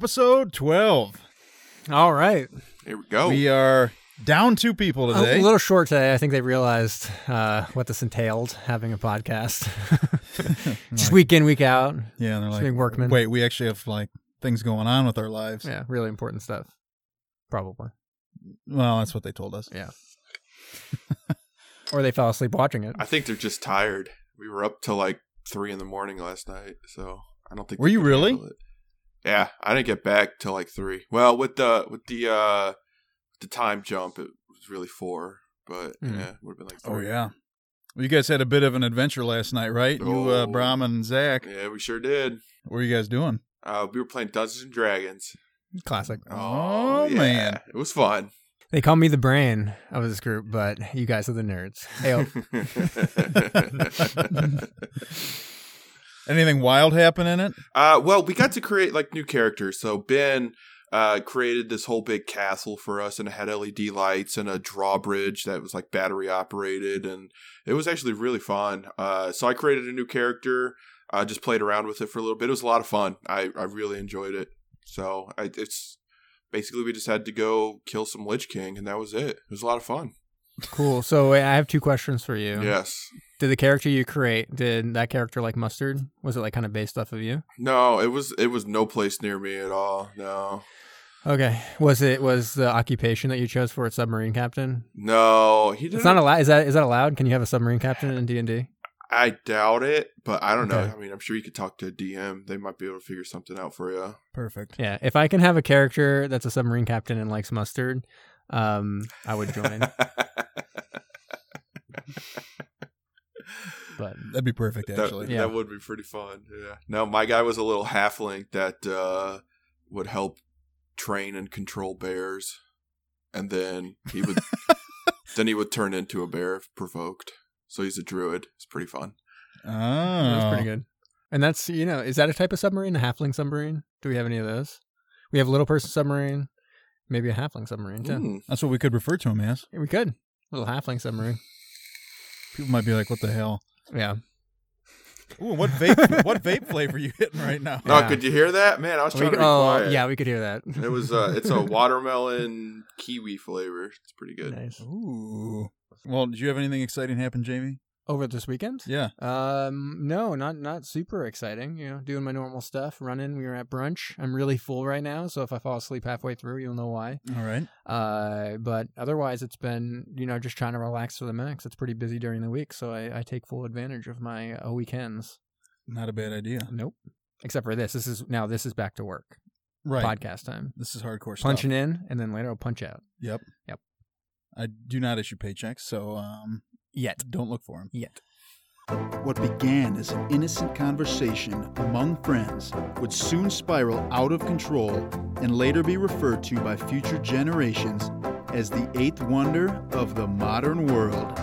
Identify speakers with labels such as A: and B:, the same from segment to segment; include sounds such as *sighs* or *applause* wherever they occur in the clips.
A: episode 12.
B: All right.
C: Here we go.
A: We uh, are down two people today.
B: A little short today. I think they realized uh, what this entailed having a podcast. *laughs* Just week in, week out.
A: yeah, they're
B: Just
A: like,
B: being workmen.
A: wait, we actually have like things going on with our lives.
B: Yeah, really important stuff. Probably.
A: Well, that's what they told us.
B: Yeah. or they fell asleep watching it.
C: I think they're just tired. We were up till like three in the morning last night, so I don't think.
A: Were
C: they
A: you
C: could
A: really?
C: handle it. Yeah, I didn't get back till like three. Well, with the with the uh the time jump, it was really four, but
B: Mm.
C: yeah, would have been like.
A: Oh,
C: three.
A: yeah. Well, you guys had a bit of an adventure last night, right? You, uh,
C: Oh.
A: Brahm and Zach.
C: Yeah, we sure did.
A: What were you guys doing?
C: Uh, we were playing Dungeons and Dragons.
B: Classic.
A: Oh, man.
C: it was fun.
B: They call me the brain of this group, but you guys are the nerds.
A: *laughs* Oh.
C: *laughs*
B: Hey, oh,
A: Anything wild happen in it?
C: Uh, well, we got to create like new characters. So Ben uh, created this whole big castle for us, and it had LED lights and a drawbridge that was like battery operated, and it was actually really fun. Uh, so I created a new character. I just played around with it for a little bit. It was a lot of fun. I I really enjoyed it. So I, it's basically we just had to go kill some Lich King, and that was it. It was a lot of fun.
B: cool. So wait, I have two questions for you.
C: Yes.
B: Did the character you create, did that character like mustard? Was it like kind of based off of you?
C: No, it was it was no place near me at all. No.
B: Okay. Was it was the occupation that you chose for a submarine captain?
C: No, he didn't.
B: It's not allowed. Is that is that allowed? Can you have a submarine captain in D and D?
C: I doubt it, but I don't know.
B: Okay.
C: I mean, I'm sure you could talk to a DM. They might be able to figure something out for you.
A: Perfect.
B: Yeah. If I can have a character that's a submarine captain and likes mustard, um, I would
C: *laughs*
B: join. but
A: That'd be perfect,
C: that,
A: actually.
B: Yeah.
C: that would be pretty fun. Yeah. No, my guy was a little halfling that uh, would help train and control bears, and then
B: *laughs*
C: he would then he would turn into a bear if provoked. So he's a druid. It's pretty fun.
A: Oh.
B: that's pretty good. And that's you know, is that a type of submarine? A halfling submarine? Do we have any of those? We have a little person submarine, maybe a halfling submarine too.
C: Mm.
A: That's what we could refer to him as.
B: Yeah, we could little halfling submarine.
A: People might be like, what the hell?
B: Yeah.
A: Ooh, what vape, what vape flavor are you hitting right *laughs* now?
C: No,
B: Yeah.
C: Oh, could you hear that, man? I was
B: We
C: trying
B: could-
C: to be
B: oh
C: quiet.
B: yeah, we could hear that.
C: It was uh,
B: *laughs*
C: it's a watermelon kiwi flavor. It's pretty good.
B: nice.
A: Ooh. Well, did you have anything exciting happen, Jamie?
B: Over this weekend?
A: Yeah.
B: Um, no, not not super exciting. You know, doing my normal stuff, running. We were at brunch. I'm really full right now, so if I fall asleep halfway through, you'll know why.
A: All right.
B: Uh, but otherwise, it's been you know just trying to relax to the max. It's pretty busy during the week, so I, I take full advantage of my uh, weekends.
A: Not a bad idea.
B: Nope, except for this. This is now this is back to work
A: Right.
B: podcast time.
A: This is hardcore stuff.
B: Punching in, and then later I'll punch out.
A: Yep.
B: Yep.
A: I do not issue paychecks, so um,
B: Yet,
A: don't look for them.
B: yet.
D: What began as an innocent conversation among friends would soon spiral out of control and later be referred to by future generations as the eighth wonder of the modern world.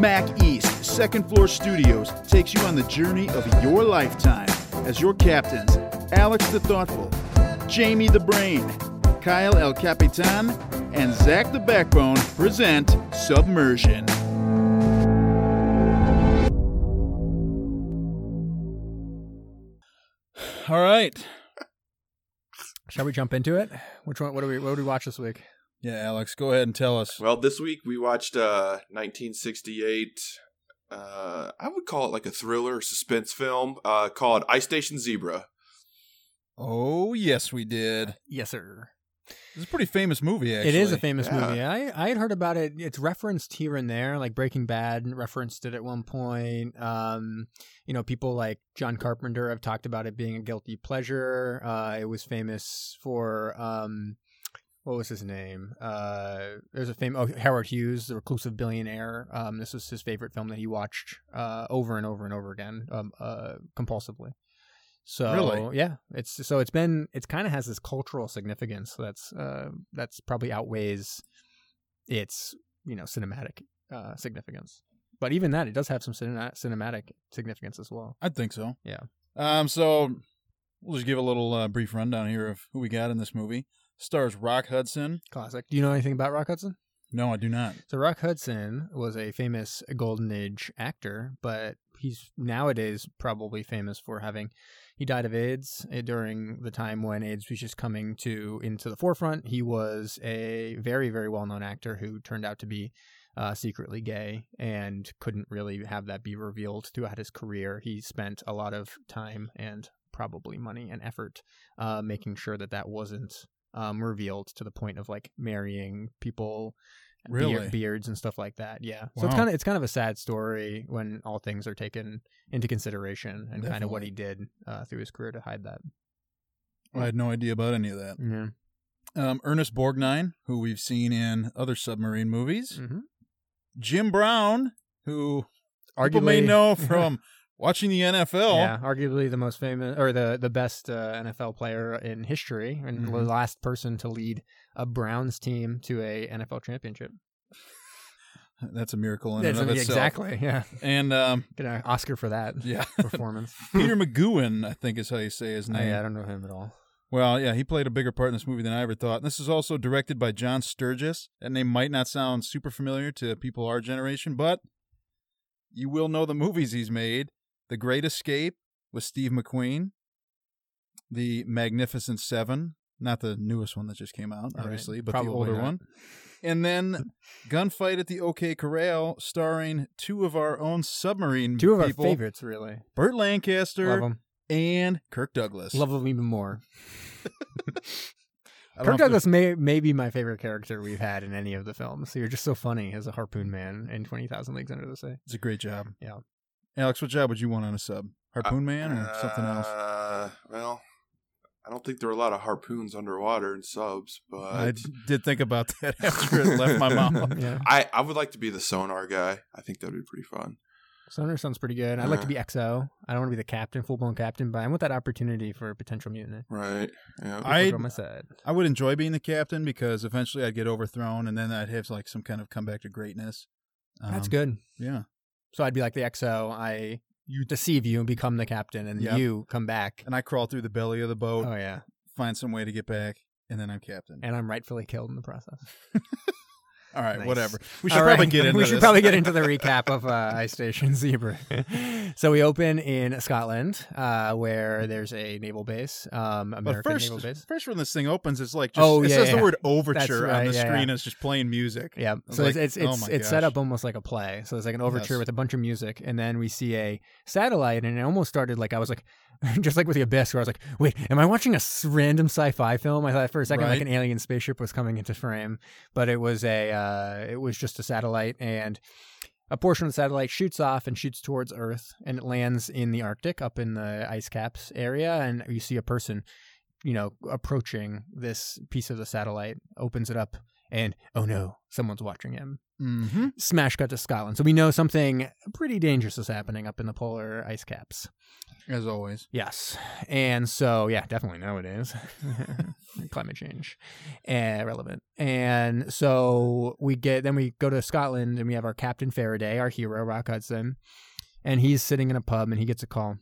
D: Mac East Second Floor Studios takes you on the journey of your lifetime as your captains Alex the Thoughtful, Jamie the Brain, Kyle El Capitan, and Zach the Backbone present Submersion.
A: All right.
B: Shall we jump into it? Which one? What do we? What do we watch this week?
A: Yeah, Alex, go ahead and tell us.
C: Well, this week we watched uh, 1968. Uh, I would call it like a thriller or suspense film uh, called Ice Station Zebra.
A: Oh, yes, we did.
B: Yes, sir.
A: It's a pretty famous movie, actually.
B: It is a famous
C: Yeah.
B: movie. I, I had heard about it. It's referenced here and there, like Breaking Bad referenced it at one point. Um, you know, people like John Carpenter have talked about it being a guilty pleasure. Uh, it was famous for um, what was his name? Uh, there's a fame. Oh, Howard Hughes, the reclusive billionaire. Um, this was his favorite film that he watched uh, over and over and over again, um, uh, compulsively. So
A: Really?
B: yeah, it's so it's been it's kind of has this cultural significance that's uh, that's probably outweighs its you know cinematic uh, significance. But even that, it does have some cine- cinematic significance as well.
A: I think so.
B: Yeah.
A: Um. So we'll just give a little uh, brief rundown here of who we got in this movie. Stars Rock Hudson.
B: Classic. Do you know anything about Rock Hudson?
A: No, I do not.
B: So Rock Hudson was a famous Golden Age actor, but he's nowadays probably famous for having. He died of AIDS eh, during the time when AIDS was just coming to into the forefront. He was a very very well known actor who turned out to be uh, secretly gay and couldn't really have that be revealed throughout his career. He spent a lot of time and probably money and effort uh, making sure that that wasn't um, revealed to the point of like marrying people, beard-
A: Really?
B: beards and stuff like that. Yeah, so it's
A: Wow.
B: kind of it's kind of a sad story when all things are taken into consideration and kind of what
A: Definitely.
B: he did uh, through his career to hide that.
A: I had no idea about any of that.
B: Yeah.
A: Um, Ernest Borgnine, who we've seen in other submarine movies.
B: Mm-hmm.
A: Jim Brown, who people may
B: Arguably- *laughs*
A: know from watching the NFL.
B: Yeah, arguably the most famous or the the best uh, NFL player in history, and the
A: Mhm.
B: last person to lead a Browns team to a NFL championship.
A: That's a miracle in and of itself.
B: exactly. Yeah,
A: And um,
B: get an Oscar
A: *laughs*
B: for that *laughs*
A: yeah,
B: performance.
A: Peter McGowan, I think is how you say his name.
B: Oh, I, I don't know him at all.
A: Well, yeah, he played a bigger part in this movie than I ever thought. And this is also directed by John Sturgis. That name might not sound super familiar to people our generation, but you will know the movies he's made. The Great Escape with Steve McQueen, The Magnificent Seven, not the newest one that just came out,
B: All right,
A: obviously, but the
B: probably
A: older
B: not.
A: one. And then Gunfight at the OK Corral, starring two of our own submarine
B: Two of
A: people,
B: our favorites, really.
A: Burt
B: Love
A: Lancaster
B: him.
A: and Kirk Douglas.
B: Love him even more.
A: I don't know
B: Kirk
A: if there's-
B: Douglas may may be my favorite character we've had in any of the films. You're just so funny as a harpoon man in Twenty Thousand Leagues Under the Sea.
A: It's a great job.
B: Yeah.
A: Alex, what job would you want on a sub? Harpoon man or something else?
C: Uh, well, I don't think there are a lot of harpoons underwater and subs, but
A: I d- did think about that *laughs* after it left my
B: *laughs*
A: mouth. *laughs*
B: Yeah,
C: *laughs* I, I would like to be the sonar guy. I think that'd be pretty fun.
B: Sonar sounds pretty good. I'd like to
C: Uh.
A: *sighs*
B: be XO. I don't want to be the captain, full blown captain, but I want that opportunity for a potential mutiny.
C: Right. Yeah.
A: I-
B: People on my side.
A: I would enjoy being the captain because eventually I'd get overthrown and then I'd have like some kind of comeback to greatness.
B: That's
A: Um,
B: good.
A: Yeah.
B: So I'd be like the XO. I you deceive you and become the captain, and
A: Yep.
B: you come back.
A: And I crawl through the belly of the boat,
B: Oh yeah,
A: find some way to get back, and then I'm captain.
B: and I'm rightfully killed in the process.
A: All right,
B: Nice.
A: whatever. We should
B: All
A: probably
B: right.
A: get into
B: *laughs* we should
A: this. *laughs*
B: probably get into the recap of uh, Ice Station Zebra. *laughs* so we open in Scotland, uh, where there's a naval base, um,
A: But
B: American
A: first,
B: naval base.
A: first when this thing opens, it's like just,
B: Oh,
A: it
B: yeah,
A: says
B: yeah.
A: the word overture on
B: right,
A: the
B: yeah,
A: screen. and It's just playing music.
B: Yeah.
A: was
B: So
A: like,
B: it's
A: "Oh
B: it's it's,
A: my
B: it's set
A: gosh."
B: up almost like a play. So it's like an overture
A: Yes.
B: with a bunch of music, and then we see a satellite, and it almost started like I was like, *laughs* just like with the abyss, where I was like, wait, am I watching a s- random sci-fi film? I thought for a second like
A: Right.
B: an alien spaceship was coming into frame, but it was a uh, it was just a satellite, and a portion of the satellite shoots off and shoots towards Earth, and it lands in the Arctic, up in the ice caps area, and you see a person, you know, approaching this piece of the satellite, opens it up, and oh no, someone's watching him.
A: Mm-hmm.
B: Smash cut to Scotland, so we know something pretty dangerous is happening up in the polar ice caps.
A: As always.
B: Yes, and so yeah, definitely nowadays, *laughs* climate change, eh, relevant. And so we get then we go to Scotland and we have our Captain Faraday, our hero, Rock Hudson, and he's sitting in a pub and he gets a call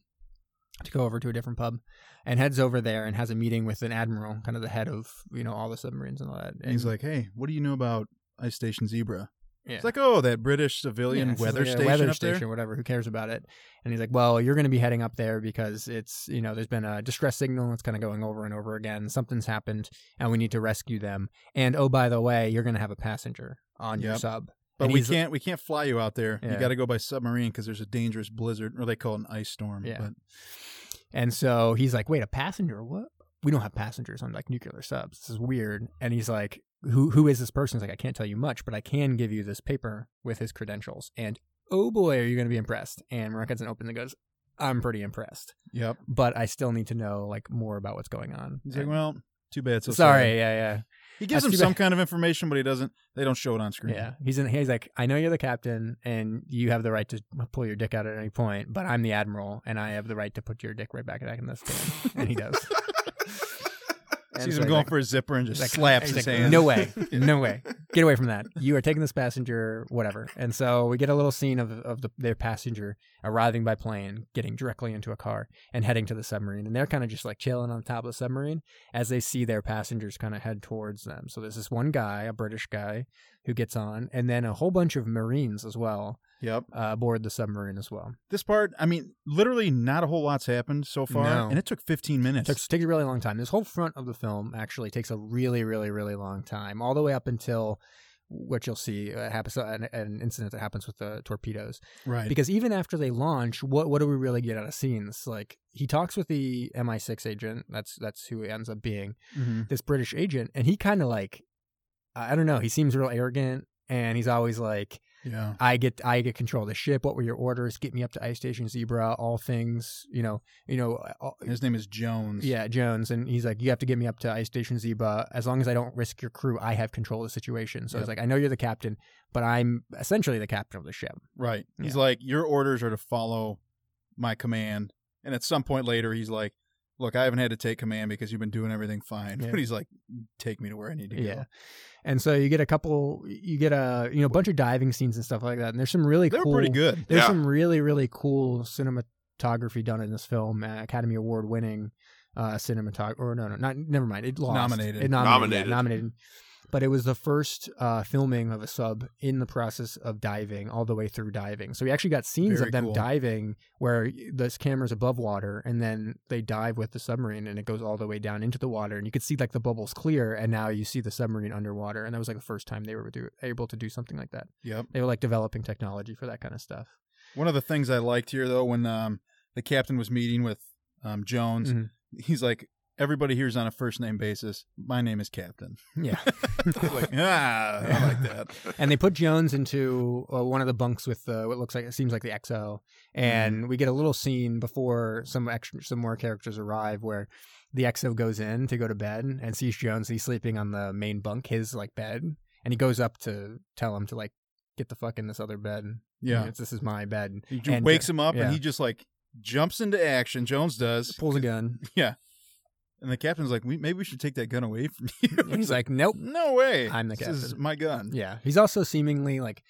B: to go over to a different pub and heads over there and has a meeting with an admiral, kind of the head of you know all the submarines and all that.
A: And he's
B: And-
A: like, hey, what do you know about Ice Station Zebra?
B: yeah.
A: It's like, oh, that British civilian
B: Yeah, it's just
A: weather
B: like a
A: station
B: weather
A: up
B: station, whatever. Who cares about it? And he's like, "Well, you're going to be heading up there because it's you know there's been a distress signal. It's kind of going over and over again. Something's happened, and we need to rescue them. And oh, by the way, you're going to have a passenger on your
A: Yep.
B: sub.
A: there, but
B: and
A: we
B: he's-
A: can't we can't fly you out there. You
B: Yeah.
A: got to go by submarine because there's a dangerous blizzard, or they call it an ice storm.
B: Yeah.
A: But
B: And so he's like, "Wait, a passenger? What? We don't have passengers on like nuclear subs. This is weird." And he's like, "Who who is this person?" He's like, "I can't tell you much, but I can give you this paper with his credentials." And oh boy, are you going to be impressed? And Mark Hudson opens and goes, "I'm pretty impressed."
A: yep.
B: but I still need to know like more about what's going on.
A: He's like,
B: And-
A: well, too bad. So
B: sorry, yeah,
A: He gives
B: That's
A: him
B: too
A: some
B: bad.
A: kind of information, but he doesn't. They don't show it on
B: yeah,
A: screen. *laughs*
B: yeah. He's in. He's like, I know you're the captain, and you have the right to pull your dick out at any point, but I'm the admiral, and I have the right to put your dick right back in this thing. and
A: *laughs*
B: he does. And
A: Sees
B: so
A: him
B: he's
A: going
B: like-
A: for a zipper and just
B: he's like-
A: slaps
B: he's
A: his
B: like,
A: hand. *laughs*
B: No way, no way. Get away from that. You are taking this passenger, whatever. And so we get a little scene of of the, their passenger arriving by plane, getting directly into a car, and heading to the submarine. And they're kind of just like chilling on top of the submarine as they see their passengers kind of head towards them. So there's this one guy, a British guy, who gets on, and then a whole bunch of Marines as well
A: Yep.
B: uh, aboard the submarine as well.
A: This part, I mean, literally not a whole lot's happened so far,
B: No.
A: and it took 15
B: It
A: minutes.
B: takes, takes a really long time. This whole front of the film actually takes a really, really, really long time, all the way up until what you'll see uh, happens an, an incident that happens with the torpedoes.
A: right.
B: Because even after they launch, what what do we really get out of scenes? Like he talks with the MI6 agent. That's that's who he ends up being.
A: Mhm.
B: This British agent, and he kind of like, I I don't know. He seems real arrogant, and he's always like,
A: Yeah.
B: I get I get control of the ship. What were your orders? Get me up to Ice Station Zebra. All things, you know, you know, all,
A: His name is Jones.
B: yeah, Jones, and he's like, "You have to get me up to Ice Station Zeba. As long as I don't risk your crew, I have control of the situation." So I was like, "I know you're the captain, but I'm essentially the captain of the ship."
A: Right. He's like, your orders are to follow my command. And at some point later, he's like, look, I haven't had to take command because you've been doing everything fine. *laughs*
B: Yeah.
A: But he's like, "Mm, take me to where I need to
B: Yeah,
A: go.
B: and so you get a couple, you get a you know bunch of diving scenes and stuff like that, and there's some really
A: They're
B: cool,
A: pretty good.
B: There's
C: Yeah.
B: some really really cool cinematography done in this film, uh, Academy Award winning uh, cinematog or no no not never mind it lost
A: Nominated.
B: it nominated
C: Nominated.
B: yeah, nominated. But it was the first uh, filming of a sub in the process of diving, all the way through diving. So we actually got scenes
A: Very
B: of them
A: cool.
B: diving where this camera's above water, and then they dive with the submarine, and it goes all the way down into the water, and you could see like the bubbles clear, and now you see the submarine underwater, and that was like the first time they were do- able to do something like that.
A: Yep.
B: They were like developing technology for that kind of stuff.
A: One of the things I liked here, though, when um, the captain was meeting with um, Jones,
B: Mhm.
A: he's like, everybody here's on a first name basis. My name is Captain. *laughs*
B: Yeah.
A: like, ah, I like
B: *laughs*
A: that.
B: and they put Jones into uh, one of the bunks with uh, what looks like it seems like the XO, and we get a little scene before some extra, some more characters arrive where the XO goes in to go to bed and sees Jones. He's sleeping on the main bunk, his like bed, and he goes up to tell him to like get the fuck in this other bed.
A: Yeah.
B: It's- this is my bed.
A: He
B: And, uh,
A: wakes him up
B: yeah.
A: and he just like jumps into action. Jones does.
B: Pulls a gun.
A: And the captain's like, we, maybe we should take that gun away from *laughs* you.
B: And he's like, nope.
A: no way.
B: I'm the
A: this is
B: captain."
A: my gun.
B: Yeah, he's also seemingly like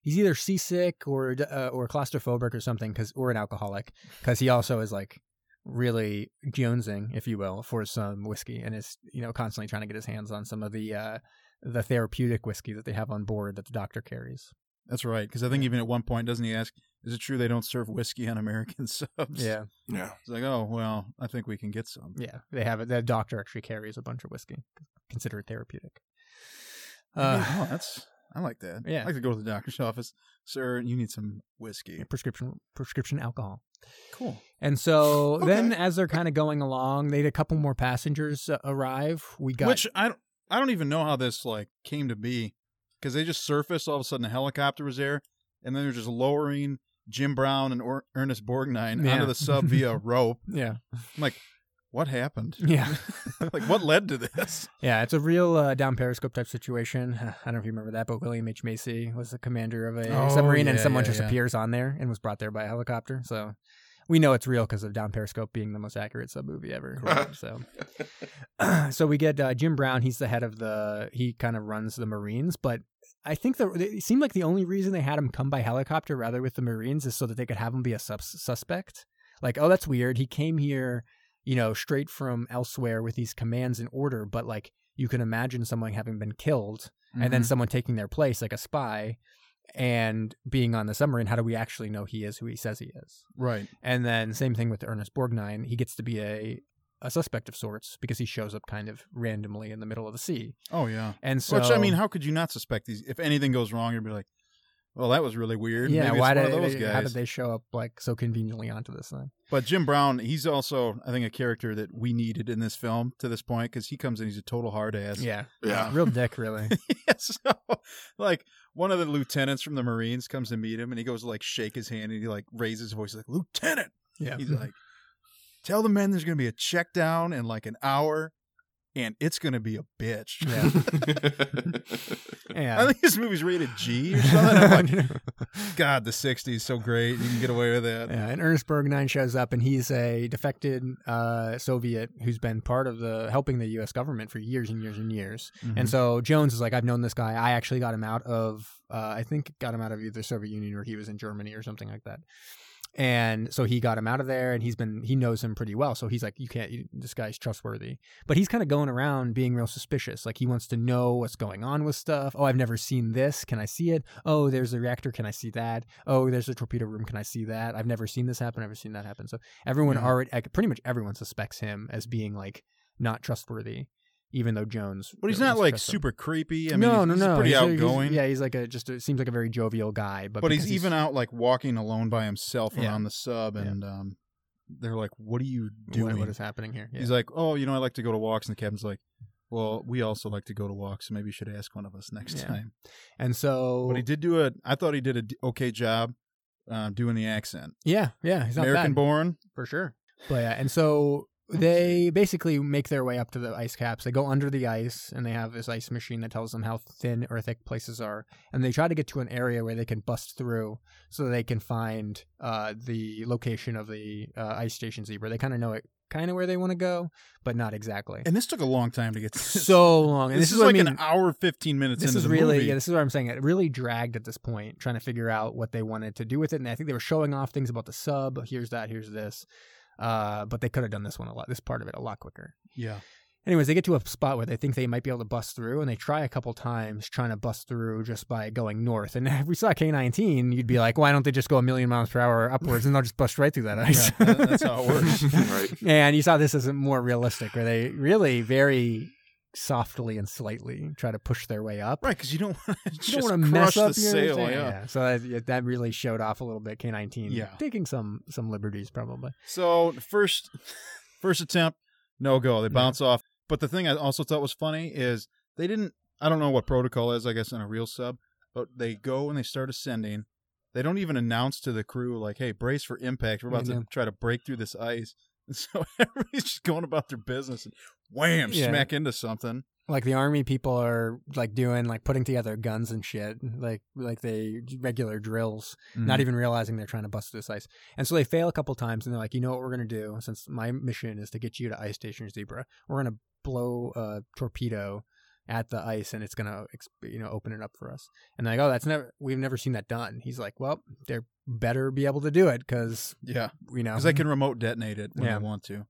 B: he's either seasick or uh, or claustrophobic or something because or an alcoholic because he also is like really jonesing, if you will, for some whiskey and is you know constantly trying to get his hands on some of the uh, the therapeutic whiskey that they have on board that the doctor carries.
A: That's right. Because I think even at one point, doesn't he ask, is it true they don't serve whiskey on American *laughs* subs?
B: Yeah,
C: Yeah.
A: It's like, oh, well, I think we can get some.
B: yeah, they have it. The doctor actually carries a bunch of whiskey, consider it therapeutic.
A: Uh,
B: Uh,
A: oh, that's, I like that.
B: yeah.
A: I like to go to the doctor's office. Sir, you need some whiskey.
B: prescription prescription alcohol.
A: Cool.
B: And so then,
C: Okay.
B: as they're kind of going along, they had a couple more passengers uh, arrive. We got
A: Which I, don't- I don't even know how this like came to be because they just surfaced. All of a sudden, a helicopter was there, and then they're just lowering Jim Brown and or- Ernest Borgnine
B: Yeah.
A: onto the
B: *laughs*
A: sub via rope.
B: yeah,
A: What happened? *laughs*
B: yeah,
A: like, what led to this?
B: yeah. It's a real uh, down periscope type situation. *sighs* I don't know if you remember that, but William H Macy was the commander of a
A: Oh,
B: submarine, and
A: yeah,
B: someone
A: yeah,
B: just
A: yeah.
B: appears on there and was brought there by a helicopter. So we know it's real because of down periscope being the most accurate sub movie ever.
C: Correct.
B: so. *clears throat* so we get uh, Jim Brown. He's the head of the. He kind of runs the Marines, but I think the it seemed like the only reason they had him come by helicopter rather with the Marines is so that they could have him be a sus- suspect. Like, oh, that's weird. He came here, you know, straight from elsewhere with these commands in order, but like you can imagine someone having been killed and
A: Mm-hmm.
B: then someone taking their place, like a spy, and being on the submarine. How do we actually know he is who he says he is?
A: right.
B: And then same thing with Ernest Borgnine. He gets to be a a suspect of sorts because he shows up kind of randomly in the middle of the sea.
A: Oh yeah.
B: And so
A: Which I mean, how could you not suspect these? If anything goes wrong, you'd be like, "Well, that was really weird."
B: yeah,
A: Maybe
B: why
A: it's
B: did
A: one of those
B: they, how
A: guys.
B: did they show up like so conveniently onto this thing?
A: But Jim Brown, he's also, I think, a character that we needed in this film to this point because he comes in, he's a total hard ass. *laughs*
B: Yeah,
C: Yeah.
B: real dick, really.
A: so, like one of the lieutenants from the Marines comes to meet him, and he goes to, like shake his hand, and he like raises his voice like, "Lieutenant,"
B: yeah, *laughs*
A: he's like, "Tell the men there's going to be a check down in like an hour, and it's going to be a bitch." *laughs*
B: yeah,
A: I
B: yeah.
A: think this movie's rated G or
B: *laughs*
A: something. I'm like, God, the '60s so great. You can get away with that.
B: Yeah, and Ernest Bergnine shows up, and he's a defected uh, Soviet who's been part of the helping the U.S. government for years and years and years.
A: Mm-hmm.
B: And so Jones is like, I've known this guy. I actually got him out of, uh, I think, got him out of either Soviet Union or he was in Germany or something like that. And so he got him out of there, and he's been he knows him pretty well. So he's like, you can't. You, this guy's trustworthy. But he's kind of going around being real suspicious. Like he wants to know what's going on with stuff. Oh, I've never seen this. Can I see it? Oh, there's a reactor. Can I see that? Oh, there's a torpedo room. Can I see that? I've never seen this happen. I've never seen that happen. So everyone
A: Mhm.
B: already, like, pretty much everyone suspects him as being like not trustworthy, even though Jones.
A: But he's
B: really
A: not like
B: trusts him.
A: super creepy. I mean,
B: no,
A: he's,
B: no,
A: he's
B: no.
A: pretty
B: He's a- he's-
A: outgoing.
B: yeah, he's like a just a, seems like a very jovial guy, but
A: but he's,
B: because
A: even out like walking alone by himself
B: Yeah.
A: around the sub,
B: Yeah.
A: and um, they're like, "What are you
B: doing
A: doing?"
B: what is happening here. Yeah.
A: He's like, "Oh, you know, I like to go to walks," and the captain's like, "Well, we also like to go to walks, so maybe you should ask one of us next
B: Yeah.
A: time."
B: and so
A: But he did do a. I thought he did a d- okay job um, doing the accent.
B: yeah, yeah, he's not
A: American
B: bad.
A: born.
B: for sure. But yeah, and so they basically make their way up to the ice caps. They go under the ice, and they have this ice machine that tells them how thin or thick places are. And they try to get to an area where they can bust through, so they can find uh, the location of the uh, ice station zebra. They kind of know it, kind of where they want to go, but not exactly.
A: And this took a long time to *laughs* get. To
B: *laughs* so long.
A: this,
B: And this,
A: is,
B: what
A: like
B: I mean.
A: an hour fifteen minutes.
B: this
A: into
B: is
A: the
B: really
A: movie.
B: yeah this is what i'm saying it really dragged at this point trying to figure out what they wanted to do with it and i think they were showing off things about the sub here's that here's this uh, but they could have done this one a lot this part of it a lot quicker
A: yeah.
B: anyways they get to a spot where they think they might be able to bust through and they try a couple times trying to bust through just by going north and *laughs* if we saw k-19 you'd be like why don't they just go a million miles per hour upwards and they'll just bust right through that ice
A: Yeah, that- that's how it works. *laughs*
C: *laughs* right.
B: *laughs* and you saw this as more realistic where they really very softly and slightly try to push their way up
A: Right, because you don't *laughs* want to
B: you don't
A: just
B: want to
A: crush
B: mess
A: the
B: up your
A: sail.
B: thing.
A: yeah.
B: So that, yeah, that really showed off a little bit. K nineteen,
A: Yeah.
B: taking some some liberties probably.
A: So first, *laughs* first attempt, no go. They bounce off. But the thing I also thought was funny is they didn't. I don't know what protocol is. I guess in a real sub, but they go and they start ascending. They don't even announce to the crew like, "Hey, brace for impact. We're about
B: Yeah,
A: to
B: no.
A: try to break through this ice." *laughs* And so everybody's just going about their business and wham,
B: Yeah.
A: smack into something.
B: Like the army people are like doing like putting together guns and shit, like like they regular drills, not
A: Mm-hmm. Mm,
B: even realizing they're trying to bust this ice. And so they fail a couple times, and they're like, you know what we're gonna do? Since my mission is to get you to Ice Station Zebra, we're gonna blow a torpedo at the ice and it's gonna ex- you know open it up for us and they're like oh that's never we've never seen that done he's like well they better be able to do it because
A: yeah,
B: you know
A: because they can remote detonate it when
B: Yeah.
A: they want to.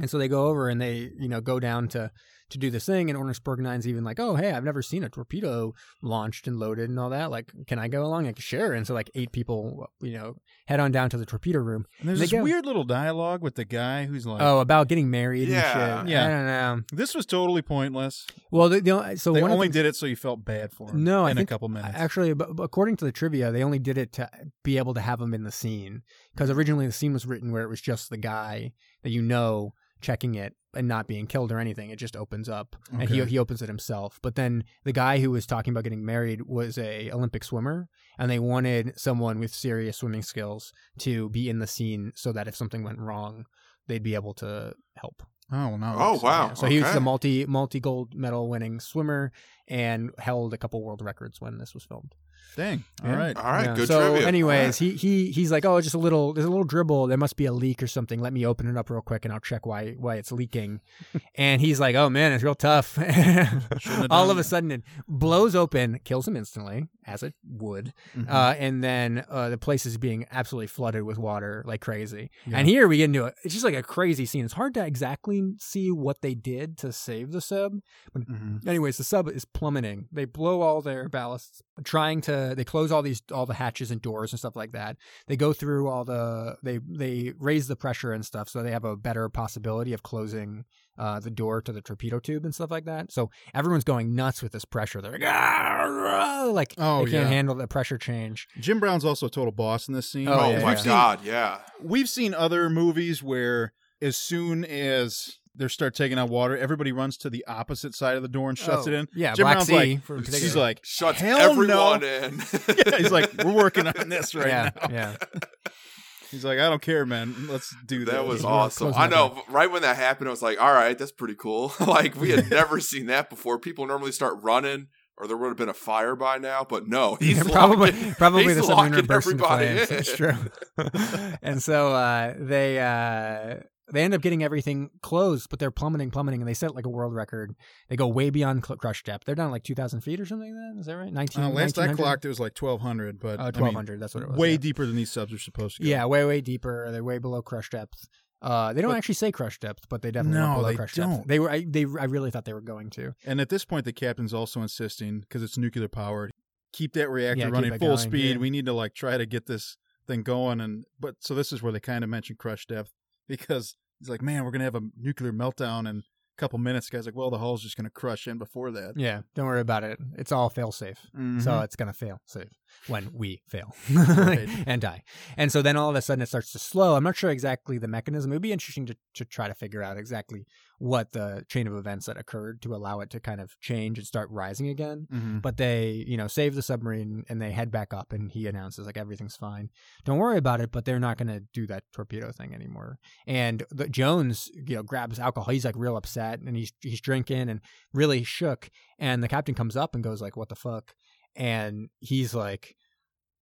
B: And so they go over and they, you know, go down to to do this thing. And Ornisberg Nine's even like, oh, hey, I've never seen a torpedo launched and loaded and all that. Like, can I go along? Like, sure. And so like eight people, you know, head on down to the torpedo room.
A: And there's
B: They
A: this
B: go-
A: weird little dialogue with the guy who's like,
B: Oh, about getting married
C: Yeah.
B: and shit.
A: Yeah.
B: I don't know.
A: "This was totally pointless."
B: Well, the, the, only- so
A: they
B: one
A: only
B: of
A: did it so you felt bad for him.
B: No,
A: in
B: I
A: a
B: think-
A: couple
B: the,
A: minutes.
B: actually, but but according to the trivia, they only did it to be able to have him in the scene because originally the scene was written where it was just the guy that you know checking it and not being killed or anything. It just opens up. and he
A: Okay.
B: he opens it himself. But then the guy who was talking about getting married was a Olympic swimmer, and they wanted someone with serious swimming skills to be in the scene so that if something went wrong, they'd be able to help.
A: oh no!
C: Oh wow.
B: Yeah, So he was
C: Okay.
B: the multi multi gold medal winning swimmer and held a couple world records when this was filmed.
A: Dang!
B: Yeah. Uh,
A: All right.
C: All right.
B: Yeah.
C: Good
B: so
C: trivia.
B: anyways, he he he's like, oh, just a little. There's a little dribble. There must be a leak or something. Let me open it up real quick and I'll check why why it's
C: *laughs*
B: leaking. and he's like, oh man, it's real tough. *laughs* All of
A: done
B: a
A: that.
B: sudden, it blows open, kills him instantly, as it would.
C: Mm-hmm.
A: Mhm.
B: Uh, and then uh, the place is being absolutely flooded with water like crazy.
A: Yeah.
B: And here we get into it. It's just like a crazy scene. It's hard to exactly see what they did to save the sub,
A: Mhm.
B: Anyways, the sub is plummeting. They blow all their ballasts, trying to. They close all these, all the hatches and doors and stuff like that. They go through all the. They they raise the pressure and stuff, so they have a better possibility of closing uh, the door to the torpedo tube and stuff like that. So everyone's going nuts with this pressure. They're like, "Ah, ah," like
A: Oh,
B: they can't
A: yeah.
B: handle the pressure change.
A: Jim Brown's also a total boss in this scene.
B: Oh,
C: Oh
B: yeah.
C: my
A: We've seen-
C: god. Yeah.
A: We've seen other movies where as soon as they start taking out water, everybody runs to the opposite side of the door and shuts
B: Oh,
A: it in.
B: Yeah,
A: Jim
B: Black
A: Brown's
B: Sea.
A: like,
B: for
A: she's
B: particular.
A: like,
C: Shuts
A: Hell
C: everyone
A: no.
C: in.
A: *laughs* Yeah, he's like, we're working on this
C: *laughs*
A: right
B: yeah,
A: now.
B: yeah.
A: He's like, I don't care, man. Let's do
C: That was
B: Yeah,
C: awesome.
B: closing
C: I
B: that
C: know. Right when that happened, I was like, all right, that's pretty cool. *laughs* like, we had
A: *laughs*
C: never seen that before. People normally start running, or there would have been a fire by now, but no.
A: *laughs*
C: He's
B: *laughs* probably
C: locking-
B: probably
C: he's
B: the submarine
C: locking
B: would burst into *laughs*
C: everybody
B: flames.
C: in.
B: It's true. and so uh, they uh, They end up getting everything closed, but they're plummeting, plummeting, and they set like a world record. They go way beyond cl- crush depth. They're down like two thousand feet or something. Then is that right? Nineteen.
A: Uh, last I
B: 1900?
A: clocked, it was like 1,200, but I
B: Uh,
A: mean,
B: twelve hundred. that's what it was.
A: way
B: yeah.
A: deeper than these subs are supposed to go.
B: Yeah, way way deeper. They're way below crush depth. Uh, they don't
A: But-
B: actually say crush depth, but they definitely
A: No,
B: went below
A: they
B: crush
A: don't.
B: depth. They were. I, they. I really thought they were going to.
A: And at this point, the captain's also insisting because it's nuclear powered. Keep that reactor
B: Yeah, keep
A: running
B: it
A: full
B: going,
A: speed.
B: yeah.
A: We need to like try to get this thing going. And but so this is where they kind of mention crush depth because he's like, man, we're gonna have a nuclear meltdown in a couple minutes. guy's like, well, the hull's just gonna crush in before that.
B: Yeah, don't worry about it. It's all fail safe. So
A: Mhm.
B: it's gonna fail safe when we fail
A: Right.
B: and die. And so then all of a sudden it starts to slow. I'm not sure exactly the mechanism. It would be interesting to, to try to figure out exactly what the chain of events that occurred to allow it to kind of change and start rising again.
A: Mhm.
B: But they, you know, save the submarine and they head back up and he announces like everything's fine. Don't worry about it, but they're not going to do that torpedo thing anymore. And the, Jones, you know, grabs alcohol. He's like real upset and he's he's drinking and really shook and the captain comes up and goes like what the fuck? And he's like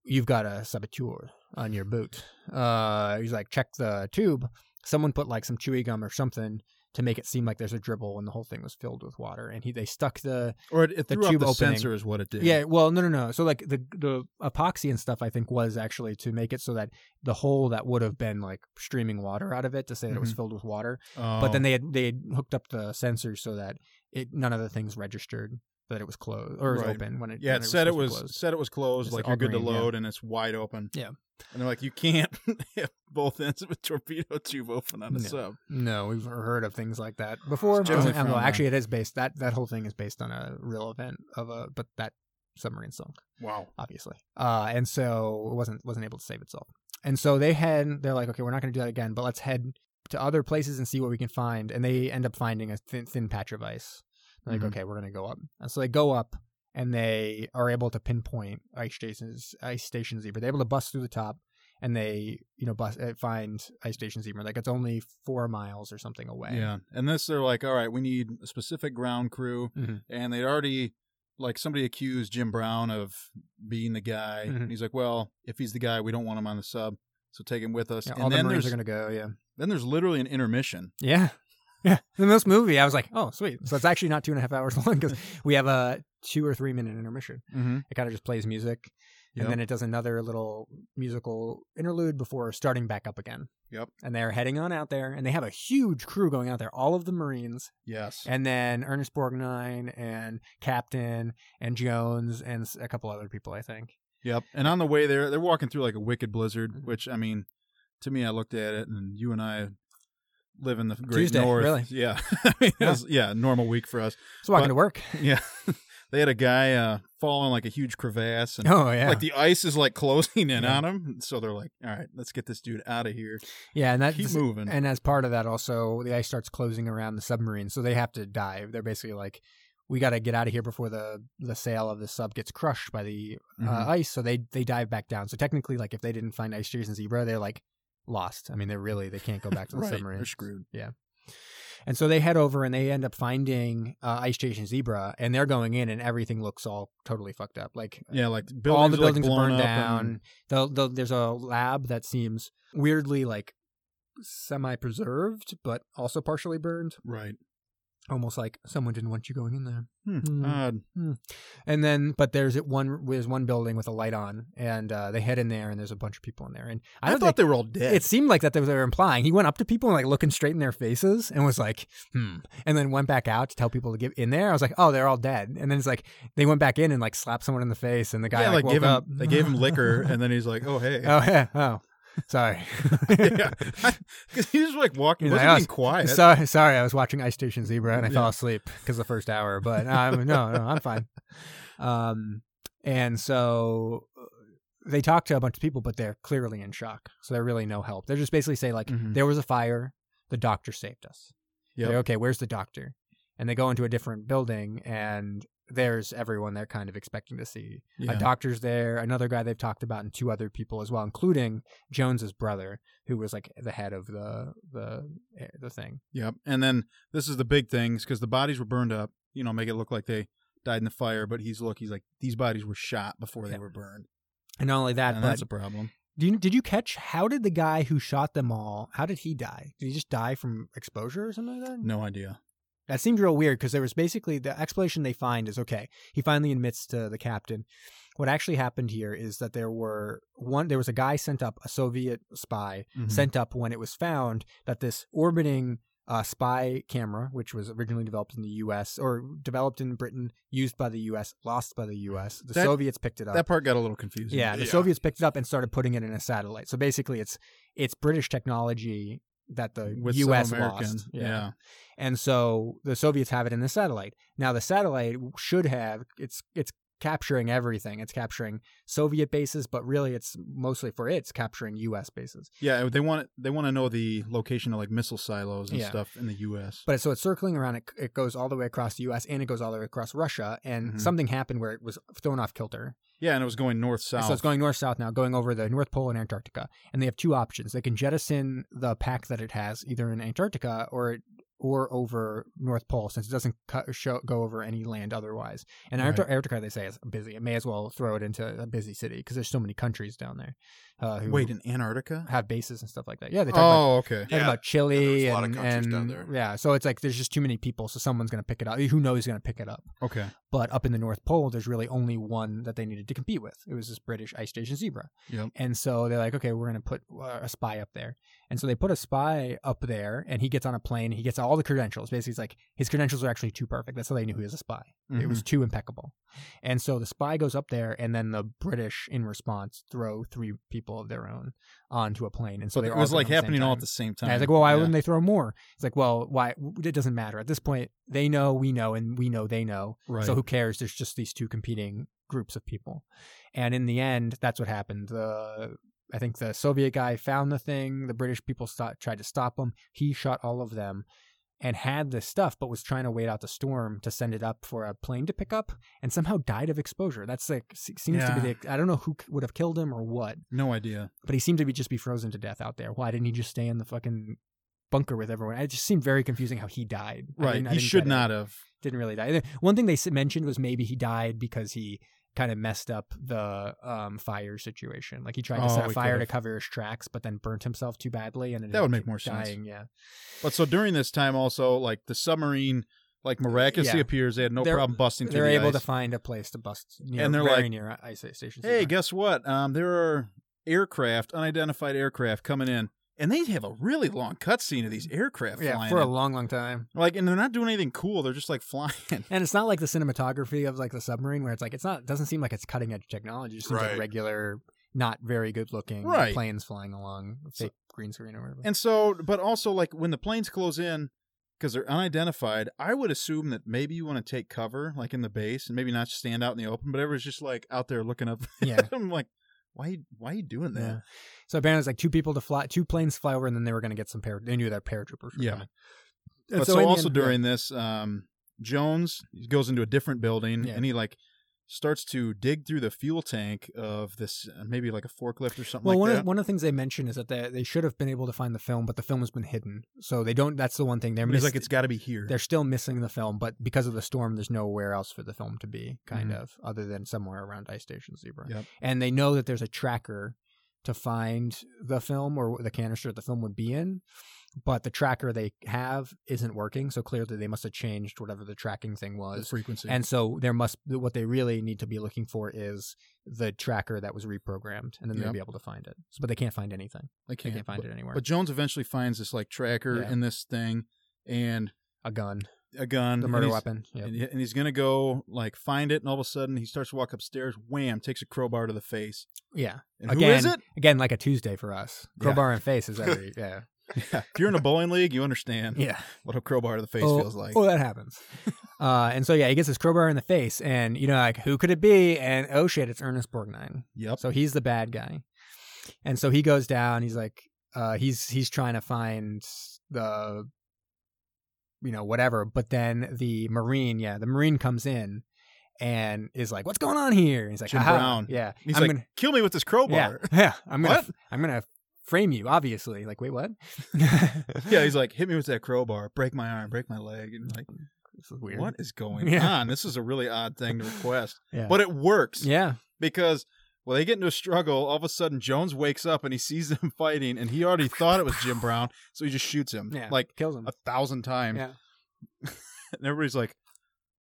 B: you've got a saboteur on your boot. Uh he's like check the tube. Someone put like some chewy gum or something to make it seem like there's a dribble and the whole thing was filled with water and he they stuck the
A: Or it, it
B: the
A: threw up
B: tube
A: the
B: opening.
A: sensor is what it did.
B: yeah, well, no, no, no. So like the the epoxy and stuff, I think was actually to make it so that the hole that would have been like streaming water out of it to say that it was
A: Mhm.
B: filled with water, but then
A: Oh.
B: they had they had hooked up the sensor so that it none of the things registered that it was closed or it was
A: Right.
B: open when it
A: yeah,
B: when
A: it said it
B: supposed
A: was
B: to be closed.
A: said it was closed.
B: It's
A: like
B: all
A: you're good to
B: green, yeah.
A: load, and it's wide open.
B: Yeah.
A: and they're like, you can't *laughs* have both ends of a torpedo tube open on a
B: No.
A: sub.
B: no we've heard of things like that before.
A: It's
B: It doesn't-
A: generally from,
B: well,
A: uh,
B: actually, it is based that that whole thing is based on a real event of a but that submarine sunk.
A: Wow.
B: obviously. Uh, and so it wasn't wasn't able to save itself. And so they head. They're like, okay, we're not going to do that again, but let's head to other places and see what we can find. And they end up finding a thin, thin patch of ice. They're like,
A: Mhm.
B: okay, we're going to go up. And so they go up and they are able to pinpoint ice stations, ice station zebra. They're able to bust through the top and they, you know, bust uh, find ice station zebra. Like it's only four miles or something away.
A: Yeah, and this they're like, all right, we need a specific ground crew,
B: Mhm.
A: and they'd already like somebody accused Jim Brown of being the guy,
B: Mhm.
A: and he's like, well, if he's the guy, we don't want him on the sub, so take him with us.
B: Yeah,
A: and
B: all the
A: then
B: Marines
A: there's
B: are going to go. Yeah.
A: then there's literally an intermission.
B: Yeah. *laughs* Yeah. In this movie, I was like, oh, sweet. So it's actually not two and a half hours *laughs* long because we have a two or three minute intermission.
A: Mm-hmm.
B: It kind of just plays music.
A: Yep.
B: And then it does another little musical interlude before starting back up again.
A: Yep.
B: And they're heading on out there, and they have a huge crew going out there, all of the Marines,
A: Yes.
B: and then Ernest Borgnine and Captain and Jones and s- a couple other people, I think.
A: yep. And on the way there, they're walking through like a wicked blizzard,
B: Mhm.
A: which I mean, to me, I looked at it, and you and I live in the great
B: Tuesday,
A: north.
B: really.
A: Yeah. *laughs* I mean, it
B: Yeah.
A: was- yeah. Normal week for us.
B: So walking
A: But-
B: to work. *laughs*
A: Yeah. *laughs* they had a guy uh, fall in like a huge crevasse, and
B: Oh yeah.
A: Like the ice is like *laughs* closing in
B: Yeah.
A: on him, so they're like, "All right, let's get this dude out of here.
B: yeah, and that's
A: Keep moving."
B: And as part of that, also the ice starts closing around the submarine, so they have to dive. They're basically like, "We got to get out of here before the the sail of the sub gets crushed by the
A: Mhm.
B: uh, ice." So they they dive back down. So technically, like if they didn't find ice shears and zebra, they're like lost. I mean, they're really they can't go back to
A: *laughs*
B: the
A: right,
B: submarine.
A: they're screwed.
B: And so they head over and they end up finding uh, Ice Station Zebra, and they're going in, and everything looks all totally fucked up. Like
A: Yeah, like buildings
B: all the
A: are, like,
B: buildings are
A: blown
B: burned
A: up
B: down. The, the, there's a lab that seems weirdly like semi-preserved, but also partially burned,
A: and- right?
B: almost like someone didn't want you going in there.
A: Hmm.
B: Hmm.
A: Odd.
B: And then, but there's it one there's one building with a light on, and uh, they head in there, and there's a bunch of people in there. And I,
A: I,
B: don't
A: thought
B: think-
A: they were all dead.
B: it seemed like that they were implying he went up to people and like looking straight in their faces and was like, hmm, and then went back out to tell people to get in there. I was like, oh, they're all dead. And then it's like they went back in and like slapped someone in the face, and the guy
A: yeah, like,
B: woke
A: gave
B: up.
A: him they gave him
B: *laughs*
A: liquor, and then he's like, "Oh hey."
B: Oh yeah. Oh, sorry.
A: *laughs*
B: *laughs*
A: yeah, because he was like walking,
B: He's
A: wasn't
B: like, "Oh,
A: being quiet.
B: sorry, sorry. I was watching Ice Station Zebra and I
A: Yeah.
B: fell asleep because the first hour. But um, no, no,
A: *laughs*
B: I'm fine. Um, and so uh, they talk to a bunch of people, but they're clearly in shock. So they're really no help. They're just basically say like,
A: Mhm.
B: there was a fire. The doctor saved us.
A: Yep.
B: They're, Okay, where's the doctor? And they go into a different building and there's everyone they're kind of expecting to see.
A: yeah.
B: A doctor's there, another guy they've talked about, and two other people as well, including Jones's brother, who was like the head of the the eh, the thing.
A: Yep. And then this is the big things because the bodies were burned up. You know, make it look like they died in the fire, but he's look, he's like, these bodies were shot before they
B: Yeah.
A: were burned,
B: And not only that,
A: and
B: but
A: that's a problem.
B: Do you, did you catch how did the guy who shot them all? How did he die? Did he just die from exposure or something like that?
A: No idea.
B: That seemed real weird because there was basically the explanation they find is okay. He finally admits to the captain. What actually happened here is that there were one there was a guy sent up, a Soviet spy
A: Mhm.
B: sent up when it was found that this orbiting uh, spy camera, which was originally developed in the U.S. or developed in Britain, used by the U.S., lost by the U.S. The
A: That-
B: Soviets picked it up.
A: That part got a little confusing.
B: Yeah, the
C: Yeah.
B: Soviets picked it up and started putting it in a satellite. So basically, it's it's British technology that the
A: With some
B: U.S.
A: American,
B: lost.
A: yeah.
B: and so the Soviets have it in the satellite. Now the satellite should have it's it's capturing everything. It's capturing Soviet bases, but really it's mostly for it, it's capturing U.S. bases.
A: Yeah, they want they want to know the location of like missile silos and
B: Yeah.
A: stuff in the U.S.
B: But so it's circling around. It, it goes all the way across the U.S. and it goes all the way across Russia. And
A: Mhm.
B: something happened where it was thrown off kilter.
A: yeah, and it was going north south.
B: So it's going north south now, going over the North Pole and Antarctica. And they have two options. They can jettison the pack that it has either in Antarctica or or over North Pole since it doesn't cut, show, go over any land otherwise. And
A: Right.
B: Antar- Antarctica, they say, is busy. It may as well throw it into a busy city because there's so many countries down there uh, who
A: Wait, in Antarctica?
B: have bases and stuff like that. Yeah, they talk about
A: Oh, okay.
B: Talking
C: Yeah.
B: about Chile
C: there's a
B: and,
C: lot of countries
B: and-
C: down there.
B: yeah, so it's like there's just too many people, so someone's gonna pick it up. Who knows who's gonna pick it up?
A: Okay.
B: But up in the North Pole, there's really only one that they needed to compete with. It was this British ice station zebra.
A: Yep.
B: And so they're like, okay, we're going to put uh, a spy up there. And so they put a spy up there, and he gets on a plane. He gets all the credentials. Basically, it's like his credentials are actually too perfect. That's how they knew he was a spy. It
A: Mm-hmm.
B: was too impeccable. And so the spy goes up there, and then the British, in response, throw three people of their own onto a plane. And so
A: So
B: they
A: it was like happening all at
B: time.
A: the same time.
B: And I was like, well, why
A: Yeah.
B: wouldn't they throw more? It's like, well, why? It doesn't matter. At this point, they know we know, and we know they know.
A: Right.
B: So who cares? There's just these two competing groups of people. And in the end, that's what happened. The I think the Soviet guy found the thing. The British people st- tried to stop him. He shot all of them and had this stuff, but was trying to wait out the storm to send it up for a plane to pick up and somehow died of exposure. That's like, se- seems to be
A: Yeah.
B: the, I don't know who c- would have killed him or what
A: no idea.
B: but he seemed to be just be frozen to death out there. Why didn't he just stay in the fucking bunker with everyone? It just seemed very confusing how he died. I
A: Right.
B: didn't- I
A: He
B: didn't
A: should
B: get it.
A: not have.
B: Didn't really die. One thing they s- mentioned was maybe he died because he kind of messed up the um, fire situation. Like he tried to
A: Oh,
B: set a
A: he
B: fire to
A: could've.
B: cover his tracks, but then burnt himself too badly, and ended
A: That would
B: up
A: make more sense.
B: dying. Yeah,
A: But so during this time, also like the submarine, like miraculously
B: Yeah.
A: appears. They had no
B: They're-
A: problem busting through.
B: they're
A: the
B: able to
A: ice.
B: find a place to bust, near,
A: And they're
B: very
A: like,
B: near ice stations.
A: Hey, guess what? Um, there are aircraft, unidentified aircraft coming in, and they have a really long cutscene of these aircraft
B: yeah,
A: flying.
B: for a
A: in.
B: long, long time.
A: like, and they're not doing anything cool. They're just like *laughs* flying.
B: And it's not like the cinematography of like the submarine where it's like it's not doesn't seem like it's cutting edge technology. It just seems like
C: Right.
B: regular, not very good looking
A: Right.
B: planes flying along, fake green screen or whatever.
A: And so, but also like when the planes close in because they're unidentified, I would assume that maybe you want to take cover, like in the base, and maybe not stand out in the open. But everyone's just like out there looking up. *laughs*
B: yeah.
A: I'm like, why? you- Why you doing that?
B: Yeah. So apparently it's like two people to fly two planes to fly over and then they were gonna get some par they knew that paratroopers were
A: Yeah.
B: coming. And
A: But so,
B: in the
A: also
B: end-
A: during this, um, Jones goes into a different building
B: Yeah.
A: and he like starts to dig through the fuel tank of this uh, maybe like a forklift or something
B: Well,
A: like
B: one
A: that.
B: of one of the things they mentioned is that they, they should have been able to find the film, but the film has been hidden. So they don't. That's the one thing they're
A: But he's
B: missing.
A: like, it's got to be here.
B: they're still missing the film, but because of the storm, there's nowhere else for the film to be, kind
A: Mhm.
B: of, other than somewhere around Ice Station Zebra.
A: Yep.
B: And they know that there's a tracker to find the film or the canister that the film would be in, but the tracker they have isn't working. So clearly, they must have changed whatever the tracking thing
A: The
B: was.
A: frequency.
B: And so there must what they really need to be looking for is the tracker that was reprogrammed, and then
A: Yep.
B: they'll be able to find it. So, but they can't find anything.
A: they
B: They
A: can't,
B: can't find
A: but,
B: it anywhere.
A: But Jones eventually finds this like tracker
B: Yeah.
A: in this thing and
B: a gun,
A: a gun,
B: the
A: and
B: murder
A: he's-
B: weapon. Yep.
A: And, he- and he's gonna go like find it, and all of a sudden he starts to walk upstairs. Wham! Takes a crowbar to the face.
B: Yeah.
A: And
B: again,
A: who is it?
B: Again, like a Tuesday for us.
A: Yeah.
B: Crowbar and face
A: *laughs*
B: is every yeah. *laughs*
A: Yeah. If you're in a bowling league, you understand
B: Yeah.
A: what a crowbar to the face
B: oh,
A: feels like.
B: oh,
A: *laughs*
B: that happens. uh, and so yeah, he gets his crowbar in the face, and you know, like who could it be? And oh shit, it's Ernest Borgnine.
A: Yep.
B: So he's the bad guy, and so he goes down. He's like, uh, he's he's trying to find the, you know, whatever. But then the marine, yeah, the marine comes in. And is like, what's going on here? And he's like,
A: Jim
B: "Haha."
A: Brown.
B: Yeah,
A: He's
B: I'm
A: like,
B: gonna-
A: kill me with this crowbar.
B: yeah, yeah. I'm gonna,
A: What?
B: I'm gonna frame you. Obviously, like, wait, what?
A: *laughs* Yeah, he's like, hit me with that crowbar, break my arm, break my leg, and like,
B: This is weird.
A: what is going
B: *laughs* Yeah.
A: on? This is a really odd thing to request,
B: Yeah.
A: but it works
B: yeah.
A: because Well, they get into a struggle. All of a sudden, Jones wakes up and he sees them *laughs* fighting, and he already thought it was Jim Brown, so he just shoots him
B: Yeah.
A: like
B: kills him.
A: a thousand times.
B: Yeah.
A: *laughs* And everybody's like,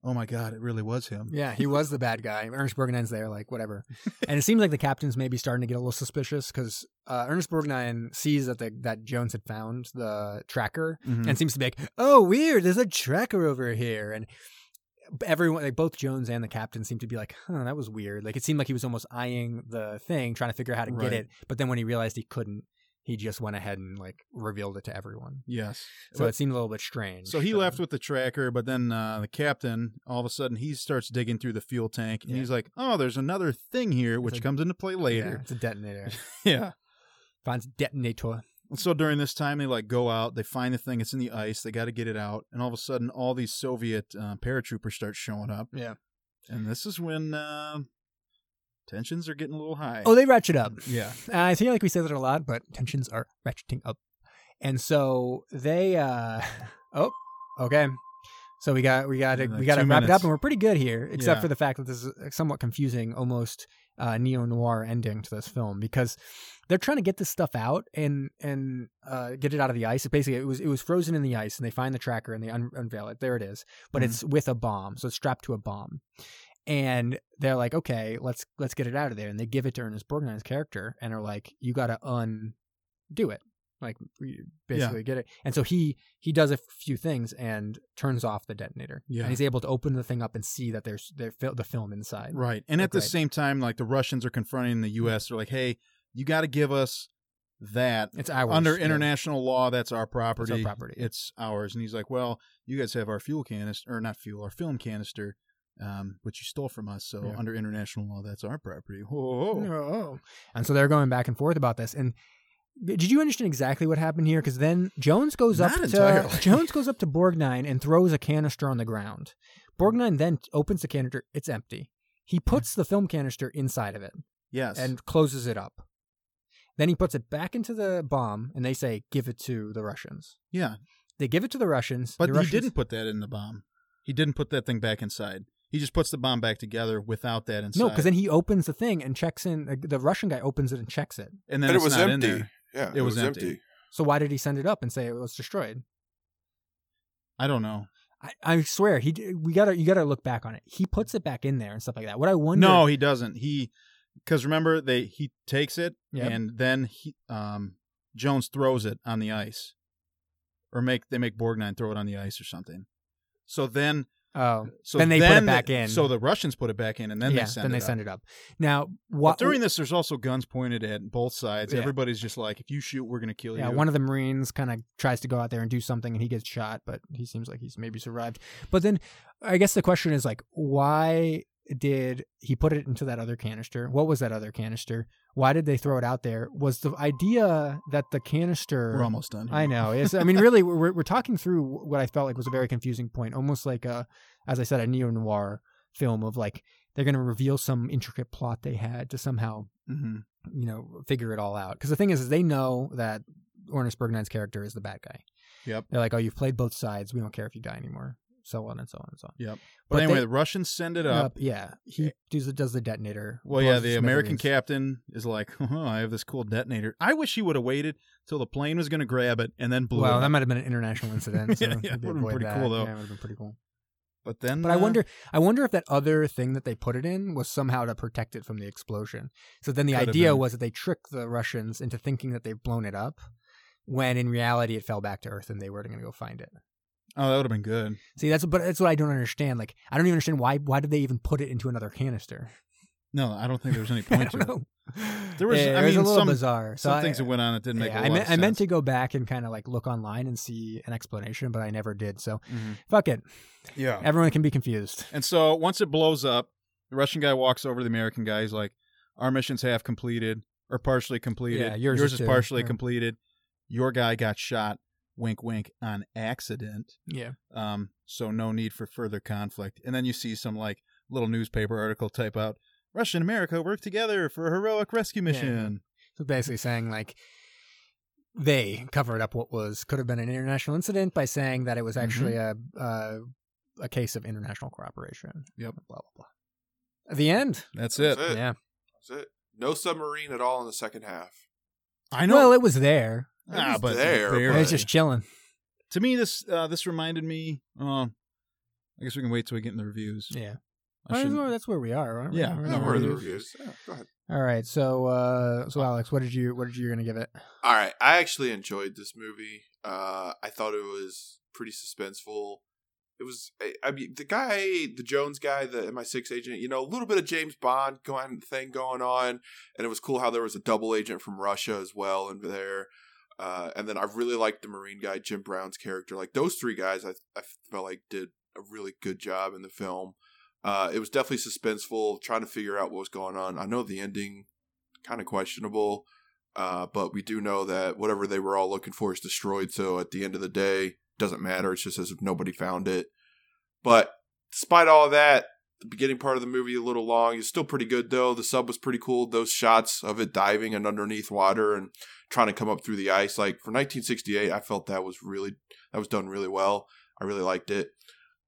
A: "Oh my god, it really was him."
B: Yeah, he was the bad guy. Ernest Borgnine's there,
A: *laughs*
B: like whatever. and it seems like the captain's maybe starting to get a little suspicious because uh, Ernest Borgnine sees that the, that Jones had found the tracker
A: Mhm.
B: and seems to be like, "Oh, weird. There's a tracker over here." And everyone, like both Jones and the captain, seem to be like, "Huh, that was weird." Like it seemed like he was almost eyeing the thing, trying to figure out how to
A: Right.
B: get it. But then when he realized he couldn't, he just went ahead and like revealed it to everyone.
A: yes.
B: So
A: But-
B: it seemed a little bit strange.
A: So he
B: but-
A: left with the tracker, but then uh, the captain, all of a sudden, he starts digging through the fuel tank, and
B: Yeah.
A: he's like, "Oh, there's another thing here, which
B: like-
A: comes into play
B: Yeah,
A: later." *laughs*
B: it's a detonator.
A: Yeah.
B: Finds detonator.
A: And so during this time, they like go out, they find the thing, it's in the ice, they got to get it out, and all of a sudden, all these Soviet uh, paratroopers start showing up.
B: Yeah.
A: And this is when uh, tensions are getting a little high.
B: Oh, they ratchet up.
A: yeah.
B: Uh, I feel like we say that a lot, but tensions are ratcheting up. And so they uh *laughs* oh, okay. So we got we got to
A: Like
B: we got to
A: two
B: wrap it up
A: minutes.
B: and we're pretty good here except
A: Yeah.
B: for the fact that this is a somewhat confusing almost uh neo-noir ending to this film because they're trying to get this stuff out and and uh, get it out of the ice. It basically it was it was frozen in the ice, and they find the tracker and they un- unveil it. There it is, but
A: Mhm.
B: it's with a bomb, so it's strapped to a bomb. And they're like, okay, let's let's get it out of there. And they give it to Ernest Borgnine's character, and are like, you got to undo it, like we basically get it. And so he he does a few things and turns off the detonator.
A: Yeah.
B: and he's able to open the thing up and see that there's there, fil- the film inside.
A: Right. And at the
B: Okay.
A: same time, like the Russians are confronting the U.S., they're like, hey, you got to give us that.
B: It's ours
A: Under
B: Yeah.
A: international law, that's our property.
B: property.
A: It's ours. And he's like, well, you guys have our fuel canister, or not fuel, our film canister, um, which you stole from us. So
B: Yeah.
A: under international law, that's our property. Whoa.
B: Oh. And so they're going back and forth about this. And did you understand exactly what happened here? Because then Jones goes up
A: Not
B: to
A: entirely. *laughs*
B: Jones goes up to Borgnine and throws a canister on the ground. Borgnine then opens the canister; it's empty. He puts the film canister inside of it
A: Hmm. Yes.
B: and closes it up. Then he puts it back into the bomb, and they say, "Give it to the Russians."
A: yeah.
B: They give it to the Russians,
A: But
B: the
A: he
B: Russians,
A: didn't put that in the bomb. He didn't put that thing back inside. He just puts the bomb back together without that inside.
B: No, because then he opens the thing and checks in. The, the Russian guy opens it and checks it.
A: and then
C: And it
A: it's
C: was
A: not in
C: empty.
A: there.
C: Yeah,
A: It was empty.
B: So why did he send it up and say it was destroyed?
A: I don't know.
B: I, I swear he d- we gotta you gotta look back on it. He puts it back in there and stuff like that. What I wonder.
A: No, he doesn't. He because remember they he takes it
B: Yep.
A: and then he um Jones throws it on the ice, or make they make Borgnine throw it on the ice or something. So then,
B: Oh,
A: so
B: Then they put it back
A: the-
B: in.
A: So the Russians put it back in, and then
B: yeah.
A: they send
B: then
A: it
B: they
A: up.
B: send it up. Now what?
A: But during this, there's also guns pointed at both sides.
B: Yeah.
A: Everybody's just like, if you shoot, we're gonna kill
B: yeah,
A: you.
B: one of the Marines kind of tries to go out there and do something, and he gets shot, but he seems like he's maybe survived. But then, I guess the question is like, why did he put it into that other canister? What was that other canister? Why did they throw it out there? Was the idea that the canister
A: we're almost done. Here.
B: I know. It's, I mean, really, we're, we're talking through what I felt like was a very confusing point, almost like a, as I said, a neo noir film of like they're going to reveal some intricate plot they had to somehow,
A: hmm
B: you know, figure it all out. Because the thing is, is they know that Ernest Bergnine's character is the bad guy.
A: Yep.
B: They're like, oh, you've played both sides. We don't care if you die anymore. So on and so on and so on.
A: Yep. But,
B: But
A: anyway,
B: they-
A: the Russians send it up. eh
B: Up, yeah, he does, the- does the detonator.
A: Well, yeah,
B: blows
A: the
B: smithereens.
A: American captain is like, *laughs* oh, I have this cool detonator. I wish he would have waited till the plane was going to grab it and then blew it.
B: Well,
A: up.
B: that might have been an international incident. So
A: *laughs* Yeah, yeah,
B: maybe
A: would've been
B: avoid
A: pretty
B: that.
A: cool, though.
B: Yeah, it would have been pretty cool.
A: but then,
B: But I
A: uh,
B: wonder, I wonder if that other thing that they put it in was somehow to protect it from the explosion. So then the
A: Could have
B: idea
A: been.
B: was that they tricked the Russians into thinking that they've blown it up, when in reality it fell back to Earth and they were going to go find it.
A: Oh, that would have been good.
B: See, that's but that's what I don't understand. Like, I don't even understand why why did they even put it into another
A: *laughs*
B: canister?
A: No, I don't think there was any
B: *laughs* I
A: point to
B: don't
A: it.
B: know.
A: There was-
B: Yeah,
A: I
B: it was a
A: mean,
B: little
A: some-
B: bizarre. So
A: Some
B: I-
A: things that went on that didn't make a
B: yeah,
A: lot
B: I, meant,
A: of
B: I
A: sense.
B: meant to go back and kind of like look online and see an explanation, but I never did. So
A: Mhm.
B: fuck it.
A: Yeah.
B: Everyone can be confused.
A: And so once it blows up, the Russian guy walks over to the American guy. He's like, our mission's half completed or partially completed.
B: Yeah, yours is
A: is,
B: too."
A: partially
B: Yeah.
A: completed. Your guy got shot, wink, wink, on accident.
B: Yeah.
A: um, so no need for further conflict. And then you see some like little newspaper article type out Russia and America work together for a heroic rescue mission.
B: So basically saying like they covered up what was could have been an international incident by saying that it was
A: Mm-hmm.
B: actually a, a a case of international cooperation.
A: Yep.
B: Blah blah blah. The end.
A: That's
C: That's
A: it.
C: it.
B: Yeah.
C: That's it. No submarine at all in the second half.
A: I know.
B: Well, it was there.
A: ah,
C: was
A: but
C: there,
A: barely.
B: It was just chilling.
A: to me, this uh, this reminded me. Uh, I guess we can wait till we get in the reviews.
B: Yeah.
A: I
B: That's
A: shouldn't-
B: where, that's where we are, aren't we?
A: Yeah,
B: We're in
C: No,
B: the
C: we're in the
B: reviews.
C: reviews. Yeah, go ahead.
B: All right. So, uh, so Alex, what did you what did you you're gonna give it?
C: All right, I actually enjoyed this movie. Uh, I thought it was pretty suspenseful. It was, I, I mean, the guy, the Jones guy, the MI6 agent, you know, a little bit of James Bond going thing going on, and it was cool how there was a double agent from Russia as well in there. Uh, and then I really liked the Marine guy, Jim Brown's character. Like those three guys, I I felt like did a really good job in the film. Uh, it was definitely suspenseful, trying to figure out what was going on. I know the ending, kind of questionable. Uh, but we do know that whatever they were all looking for is destroyed. So at the end of the day, doesn't matter. It's just as if nobody found it. But despite all that, the beginning part of the movie a little long. It's still pretty good though. The sub was pretty cool. Those shots of it diving and underneath water and trying to come up through the ice, like for 1968, I felt that was really that was done really well. I really liked it.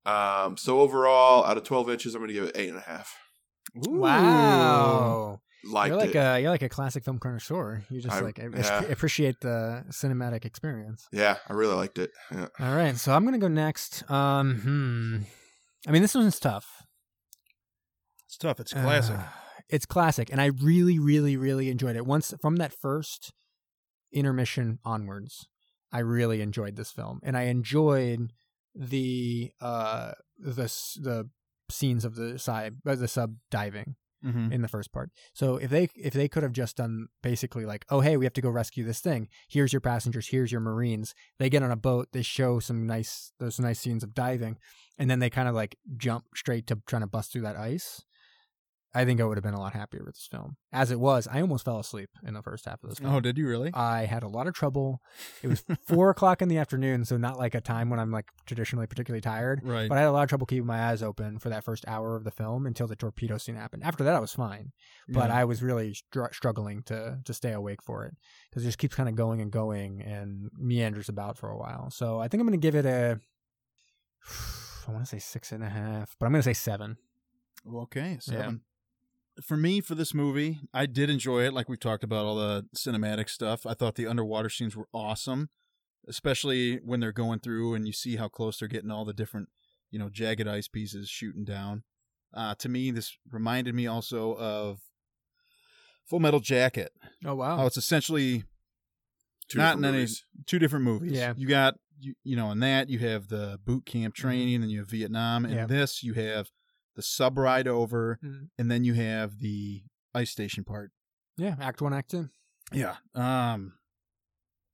C: Um, so overall, out of 12 inches, I'm going to give it eight and a half.
B: Wow.
C: Liked
B: you're like
C: it.
B: a you're like a classic film connoisseur. You just
C: I-
B: like a-
C: yeah.
B: appreciate the cinematic experience.
C: yeah, I really liked it. Yeah.
B: All right, so I'm gonna go next. Um, hmm. I mean, this one's tough.
A: It's tough. It's classic.
B: Uh, it's classic, and I really, really, really enjoyed it. Once from that first intermission onwards, I really enjoyed this film, and I enjoyed the uh the s- the scenes of the side uh, the sub diving
A: Mhm.
B: in the first part. So if they if they could have just done basically like, oh hey, we have to go rescue this thing. Here's your passengers. Here's your marines. They get on a boat. They show some nice those nice scenes of diving, and then they kind of like jump straight to trying to bust through that ice. I think I would have been a lot happier with this film. As it was, I almost fell asleep in the first half of this film.
A: Oh, did you really?
B: I had a lot
A: *laughs*
B: of trouble. Uh, It was four o'clock in the afternoon, so not like a time when I'm like traditionally particularly tired.
A: right.
B: But I had a lot of trouble keeping my eyes open for that first hour of the film until the torpedo scene happened. After that, I was fine, but
A: Yeah.
B: I was really str- struggling to to stay awake for it because it just keeps kind of going and going and meanders about for a while. So I think I'm going to give it a. *sighs* I want to say six and a half, but I'm going to say seven.
A: Well, Okay, seven. For me, for this movie, I did enjoy it. Like we've talked about all the cinematic stuff. I thought the underwater scenes were awesome, especially when they're going through and you see how close they're getting all the different, you know, jagged ice pieces shooting down. Uh, to me, this reminded me also of Full Metal Jacket.
B: Oh
A: How
B: wow!
A: it's essentially
C: Two
A: Not
C: different
A: in any-
C: movies.
A: two different movies.
B: Yeah. Mm-hmm.
A: You got you, you know, in that you have the boot camp training and you have Vietnam. In
B: Yeah.
A: this you have the sub ride over
B: Mhm.
A: and then you have the ice station part.
B: Yeah, Act One, Act Two,
A: Yeah. Um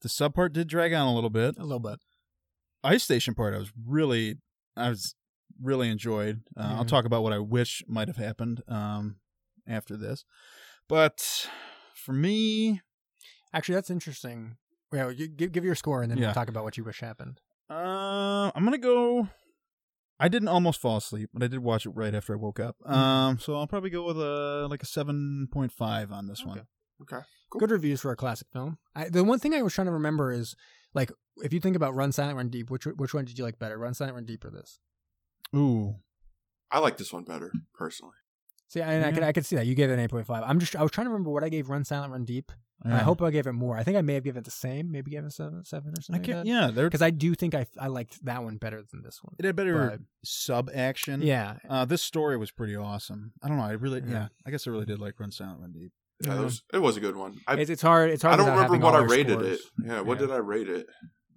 A: the sub part did drag on a little bit.
B: a little bit.
A: Ice station part I was really I was really enjoyed. Uh, I'll
B: Mhm.
A: talk about what I wish might have happened um after this. But for me,
B: Actually, that's interesting. Yeah, you, give, give your score and then
A: Yeah.
B: we'll talk about what you wish happened.
A: Uh, I'm gonna go. I didn't almost fall asleep, but I did watch it right after I woke up.
B: Mm-hmm.
A: Um, so I'll probably go with a like a seven point five on this one.
C: Cool.
B: good reviews for a classic film. I, the one thing I was trying to remember is like if you think about Run Silent Run Deep, which which one did you like better, Run Silent Run Deep or this?
A: Ooh,
C: I like this one better
B: Mm.
C: personally.
B: See, I, I could
A: Yeah.
B: I could see that you gave it an eight point five. I'm just I was trying to remember what I gave Run Silent Run Deep, and I
A: Yeah.
B: hope I gave it more. I think I may have given it the same, maybe gave it seven seven or
A: I
B: something.
A: can't. Yeah, they're
B: because I do think I I liked that one better than this one.
A: it had better
B: But-
A: sub action.
B: Yeah,
A: Uh, this story was pretty awesome. I don't know. I really, yeah.
B: Yeah.
A: I guess I really did like Run Silent, Run Deep.
C: Yeah,
B: Yeah.
C: that was, it was a good one. I,
B: it's, it's hard. It's hard.
C: I don't
B: without
C: remember
B: having
C: what
B: all
C: I
B: our
C: rated
B: scores.
C: it. Yeah, what
B: Yeah.
C: did I rate it?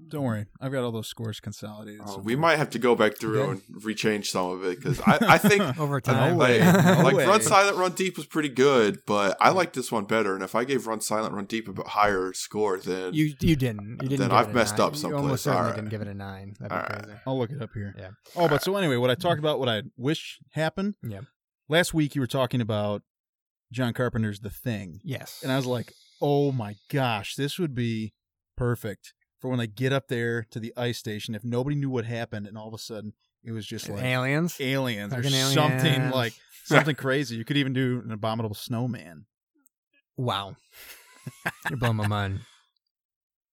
A: Don't
B: Mm-hmm.
A: worry, I've got all those scores consolidated.
C: Oh,
A: somewhere.
C: we might have to go back through
B: Yeah. *laughs*
C: and rechange some of it because I, *laughs* I think
B: over
C: I
B: time.
A: way.
B: *laughs*
C: like,
A: No
C: like
A: way.
C: Run Silent Run Deep was pretty good, but I like this one better. And if I gave Run Silent Run Deep a bit higher score, then
B: You you didn't. You didn't.
C: Then
B: give
C: I've
B: it a
C: messed
B: nine.
C: up
B: You almost
C: someplace.
B: certainly
C: All right.
B: didn't give it a nine. That'd be
C: All right.
B: crazy.
A: I'll look it up here.
B: Yeah. Mm-hmm.
A: Oh, but so anyway, what I talked about, what I wish happened.
B: Yeah.
A: Last week you were talking about John Carpenter's The Thing.
B: Yes.
A: And I was like, oh my gosh, this would be perfect for when they get up there to the ice station. If nobody knew what happened, and all of a sudden it was just like
B: aliens.
A: aliens or
B: Fucking
A: something
B: aliens. *laughs*
A: like something crazy. You could even do an abominable snowman.
C: *laughs*
B: Wow. You're blowing my mind.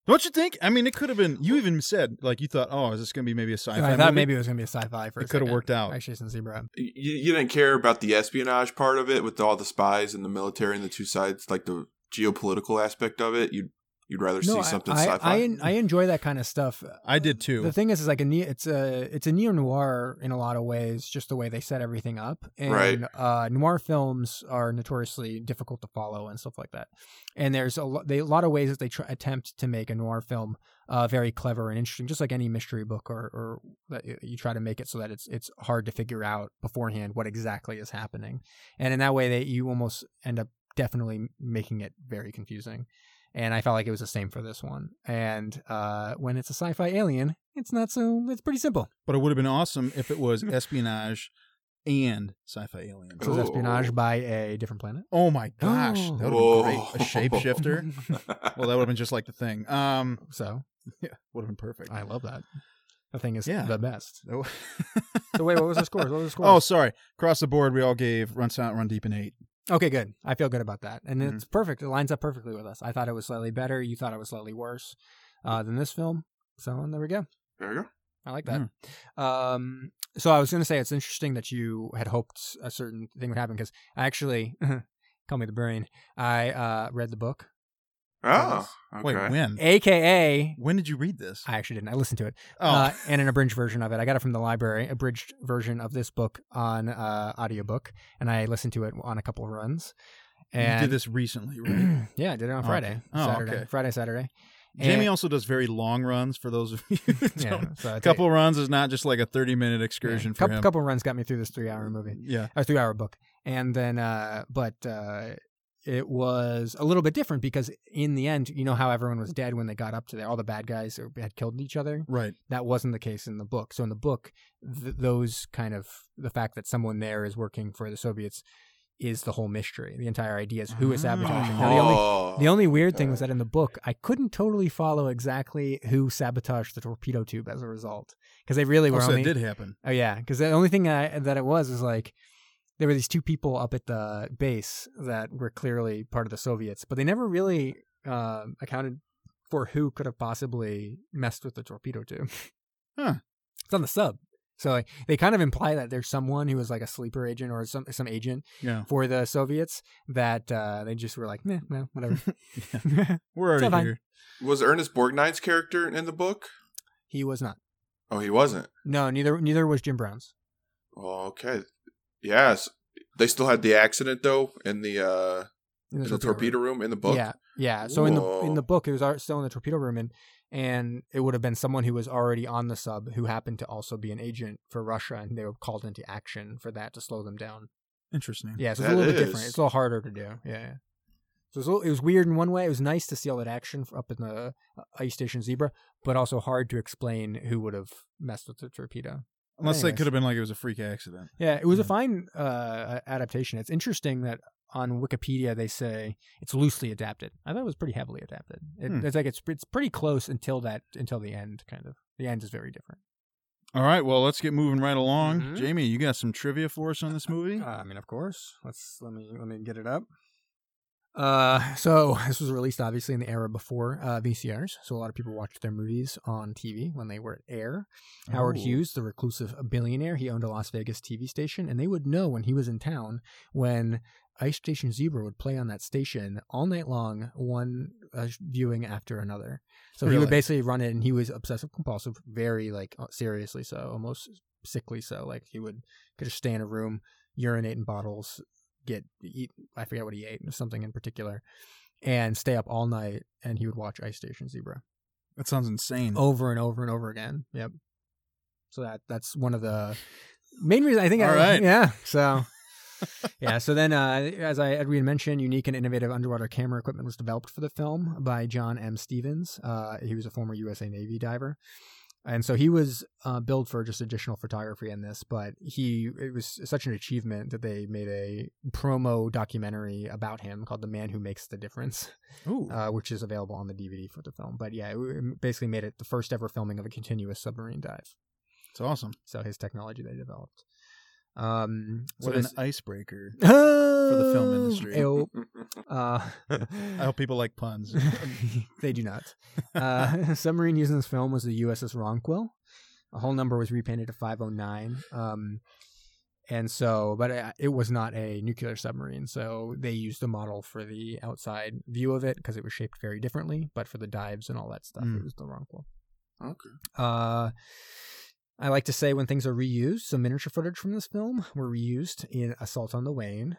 A: Don't you think? I mean, it could have been. You even said like you thought. Oh, is this going to be maybe a sci-fi?
B: I thought
A: movie?
B: maybe it was gonna be a sci-fi. For a
A: It coulda
B: second.
A: worked out.
B: Like Jason Zebra.
C: You, you didn't care about the espionage part of it with all the spies and the military and the two sides, like the geopolitical aspect of it. You'd you'd rather see something
B: I, I,
C: sci-fi.
B: I, en- I enjoy that kind of stuff.
A: I did too.
B: The thing is, is like a neo, it's a it's a neo noir in a lot of ways, just the way they set everything up. And
C: Right.
B: uh, noir films are notoriously difficult to follow and stuff like that. And there's a, lo- they, a lot of ways that they try, attempt to make a noir film uh, very clever and interesting, just like any mystery book or, or that y- you try to make it so that it's it's hard to figure out beforehand what exactly is happening. And in that way, they you almost end up definitely making it very confusing. And I felt like it was the same for this one. And uh, when it's a sci-fi alien, it's not so. It's pretty simple.
A: but it would have been awesome if it
B: *laughs*
A: was espionage and sci-fi alien.
B: So it's
C: Ooh.
B: espionage by a different planet.
A: Oh my gosh, that
C: Whoa.
A: would have been great. A
C: *laughs*
A: shapeshifter. well, that would have been just like the thing. Um,
B: *laughs*
A: *laughs*
B: so
A: yeah, would have been perfect.
B: I love that. The thing is
A: Yeah.
B: the best.
A: Oh.
B: *laughs* So wait, what was the score? What was the
A: *laughs*
B: score?
A: oh, sorry. Across the board, we all gave Run Silent, Run Deep an eight.
B: okay, good. I feel good about that, and it's perfect. It lines up perfectly with us. I thought it was slightly better. You thought it was slightly worse uh, than this film. So and there we go.
C: *laughs* there you go.
B: I like that. Um, so I was going to say it's interesting that you had hoped a certain thing would happen because I actually, *laughs* call me the brain, I uh, read the book,
C: Oh, okay.
A: Wait, when?
B: aka
A: When did you read this?
B: Eh. I actually didn't. I listened to it,
A: Oh,
B: uh, and an abridged version of it. I got it from the library, abridged version of this book on uh, audiobook, and I listened to it on a couple of runs.
A: you
B: And *clears throat*
A: did this recently, right?
B: yeah, I did it on
A: Oh,
B: Friday,
A: Oh,
B: Saturday,
A: okay. *laughs*
B: Friday, Saturday.
A: *clears throat* Jamie
B: And-
A: also does very long runs. For those of *laughs* you, who
B: yeah,
A: don't-
B: so I
A: a
B: take-
A: couple runs is not just like a thirty-minute
B: yeah,
A: excursion for
B: couple,
A: him.
B: couple runs got me through this three-hour movie.
A: Yeah,
B: or three hour book. And then, uh, but uh, it was a little bit different because in the end, you know how everyone was dead when they got up to there. All the bad guys who had killed each other.
A: right.
B: That wasn't the case in the book. So in the book, th- those kind of the fact that someone there is working for the Soviets is the whole mystery. The entire idea is who is sabotaging. them. Now, the only
C: Oh.
B: the only weird thing was
C: Okay.
B: that in the book, I couldn't totally follow exactly who sabotaged the torpedo tube as a result, because they really were
A: Oh, so
B: only
A: it did happen.
B: Oh yeah, because the only thing I, that it was is like there were these two people up at the base that were clearly part of the Soviets, but they never really uh, accounted for who could have possibly messed with the torpedo tube.
A: Huh.
B: It's on the sub, so like, they kind of imply that there's someone who was like a sleeper agent or some some agent
A: Yeah,
B: for the Soviets that uh, they just were like, meh, well, whatever.
A: we're already
B: It's fine.
A: here.
C: was Ernest Borgnine's character in the book?
B: *laughs* he was not.
C: Oh, he wasn't.
B: No, neither neither was Jim Brown's.
C: Well, okay. Yes. They still had the accident though in the uh
B: In
C: in the torpedo room in the book.
B: Yeah, yeah. So in the in
C: Whoa.
B: the book, it was al- still in the torpedo room, and and it would have been someone who was already on the sub who happened to also be an agent for Russia, and they were called into action for that to slow them down.
A: Interesting.
B: Yeah, so it's a
C: That
B: little bit
C: is-
B: different. It's a little harder to do. Yeah. yeah. So it was, a little- it was weird in one way. It was nice to see all that action f- up in the uh, ice station zebra, but also hard to explain who would have messed with the torpedo.
A: Unless they
B: Anyways.
A: could have been like it was a freak accident.
B: Yeah, it was a
A: Yeah.
B: fine uh, adaptation. It's interesting that on Wikipedia they say it's loosely adapted. I thought it was pretty heavily adapted. It,
A: Hmm.
B: It's like it's it's pretty close until that until the end, kind of. The end is very different.
A: All right, well, let's get moving right along.
B: Mhm.
A: Jamie, you got some trivia for us on this movie?
B: Uh, I mean, of course. Let's let me let me get it up. Uh, so this was released obviously in the era before uh, VCRs, so a lot of people watched their movies on TV when they were at air. Howard
A: Oh.
B: Hughes, the reclusive billionaire, he owned a Las Vegas TV station, and they would know when he was in town when Ice Station Zebra would play on that station all night long, one uh, viewing after another. So he
A: Really?
B: would basically run it, and he was obsessive compulsive, very like uh, seriously so, almost sickly so. Like he would could just stay in a room, urinate in bottles, get eat. I forget what he ate, something in particular, and stay up all night, and he would watch Ice Station Zebra
A: That sounds insane.
B: over and over and over again. Yep. So that that's one of the *sighs* main reasons I think.
A: All
B: I,
A: right.
B: Yeah. *laughs* So. yeah. So then, uh, as I as we had mentioned, unique and innovative underwater camera equipment was developed for the film by John M. Stevens. Uh, he was a former USA Navy diver. And so he was uh, billed for just additional photography in this, but he it was such an achievement that they made a promo documentary about him called "The Man Who Makes the Difference."
A: Ooh.
B: uh, which is available on the DVD for the film. But yeah, it w- basically made it the first ever filming of a continuous submarine dive.
A: It's awesome.
B: So his technology they developed. Um,
A: What
B: what
A: an
B: is- *laughs*
A: icebreaker.
B: the
A: film industry.
B: Ew. Uh,
A: *laughs* I
B: *laughs*
A: hope people like puns.
B: they do not. Uh, *laughs* submarine used in this film was the USS Ronquil. A whole number was repainted to 509. Um, and so, but uh, it, it was not a nuclear submarine. So they used a model for the outside view of it because it was shaped very differently. But for the dives and all that stuff,
A: Mm.
B: it was the Ronquil.
C: Okay.
B: Uh, I like to say when things are reused, some miniature footage from this film were reused in Assault on the Wayne.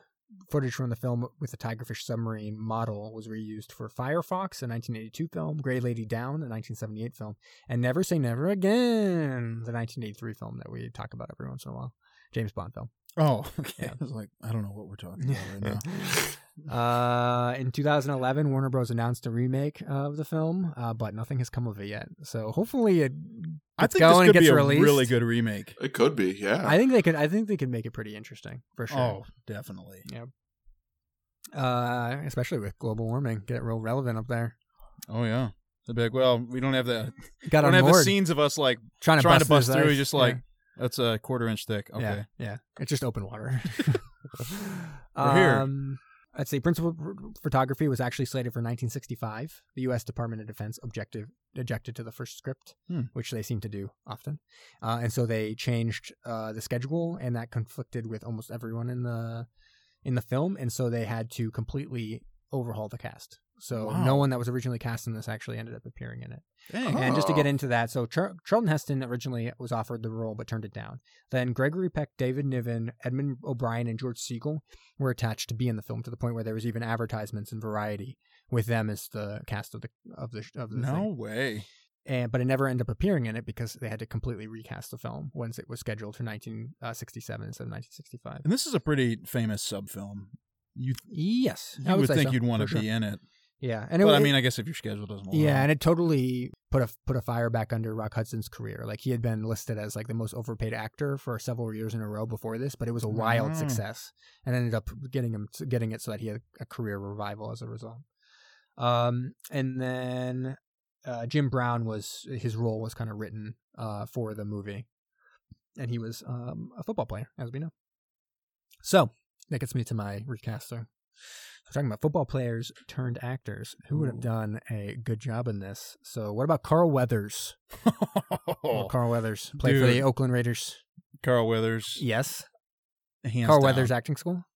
B: Footage from the film with the Tigerfish submarine model was reused for Firefox, a 1982 film, Grey Lady Down, a 1978 film, and Never Say Never Again, the 1983 film that we talk about every once in a while. James
A: *laughs*
B: Bond film.
A: oh, okay.
B: Yeah.
A: I was like, I don't know what we're
B: *laughs*
A: talking about right now.
B: uh, in 2011, Warner Bros. announced a remake of the film, uh, but nothing has come of it yet. So hopefully it
A: I
B: It's
A: think this
B: going,
A: could be
B: gets
A: a
B: released.
A: really good remake.
C: It could be, yeah.
B: I think they could. I think they could make it pretty interesting for sure.
A: Oh, definitely.
B: Uh, especially with global warming, get real relevant up there.
A: Oh yeah. They'd be like, well, we don't have the
B: Got
A: don't
B: on
A: have
B: board,
A: the scenes of us like
B: trying to
A: trying
B: bust,
A: to bust
B: this
A: through.
B: ice.
A: He's just like that's a quarter inch thick.
B: yeah,
A: Okay.
B: yeah, yeah. It's just open *laughs* water.
A: We're here.
B: Um, let's see. Principal ph- photography was actually slated for 1965. The U.S. Department of Defense objective objected to the first script,
A: Hmm.
B: which they seem to do often, uh, and so they changed uh, the schedule, and that conflicted with almost everyone in the in the film, and so they had to completely overhaul the cast. So
A: Wow.
B: no one that was originally cast in this actually ended up appearing in it.
A: Dang.
B: And just to get
C: Oh.
B: into that, so Char- Charlton Heston originally was offered the role but turned it down. Then Gregory Peck, David Niven, Edmund O'Brien, and George Siegel were attached to be in the film to the point where there was even advertisements in Variety with them as the cast of the of the of the
A: no
B: thing.
A: way.
B: And but it never ended up appearing in it because they had to completely recast the film once it was scheduled for 1967 instead of 1965.
A: And this is a pretty famous sub film. You
B: Yes,
A: you
B: I
A: would,
B: would say
A: think
B: so,
A: you'd want to
B: for sure.
A: be in it.
B: Yeah, and it,
A: but
B: wa-
A: I
B: it-
A: mean, I guess if your schedule doesn't allow.
B: Yeah,
A: it.
B: and it totally put a put a fire back under Rock Hudson's career. Like he had been listed as like the most overpaid actor for several years in a row before this, but it was a wild
A: Mm.
B: success and ended up getting him getting it so that he had a career revival as a result. Um, and then uh, Jim Brown was his role was kind of written uh, for the movie, and he was um, a football player, as we know. So that gets me to my recaster. We're talking about football players turned actors. Who would have
A: Ooh.
B: done a good job in this? So what about Carl Weathers?
A: *laughs*
B: Well, Carl Weathers played for
A: Oh.
B: the
A: dude.
B: Oakland Raiders.
A: Carl Weathers.
B: Yes,
A: hands
B: Carl
A: down.
B: Weathers acting school.
A: *laughs*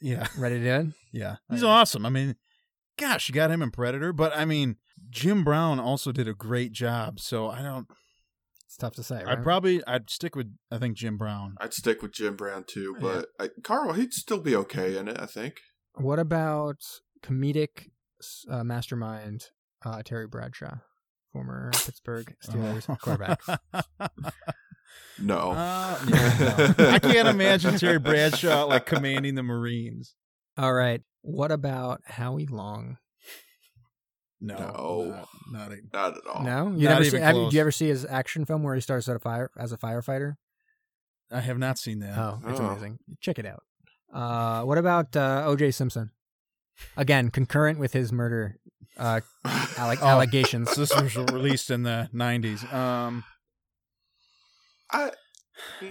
A: Yeah,
B: Ready to do it?
A: yeah. He's
B: yeah.
A: awesome. I mean, gosh, you got him in Predator, but I mean, Jim Brown also did a great job. So I don't.
B: It's tough to say.
A: I
B: Right?
A: probably I'd stick with I think Jim Brown.
C: I'd stick with Jim Brown too,
B: Oh,
C: but I, Carl, he'd still be okay in it, I think.
B: What about comedic uh, mastermind uh, Terry Bradshaw,
A: *laughs*
B: former Pittsburgh
A: Oh.
B: Steelers quarterback?
C: No.
A: Uh, yeah, no. I can't imagine Terry Bradshaw like commanding the Marines.
B: All right. What about Howie Long?
A: No,
C: No.
A: not, not a-
C: Not at all. *laughs*
B: no,
A: Oh, not
B: never
A: even
B: see, have you-
A: close.
B: do you ever see his action film where he starts at a fire as a firefighter?
A: I have not seen that.
B: Oh, it's
C: Oh.
B: amazing. Check it out. Uh, what about uh, O.J. Simpson? Again, concurrent with his murder
A: *laughs*
B: uh, alle-
A: Oh.
B: allegations.
A: *laughs* So this was released in the '90s. Um,
C: I,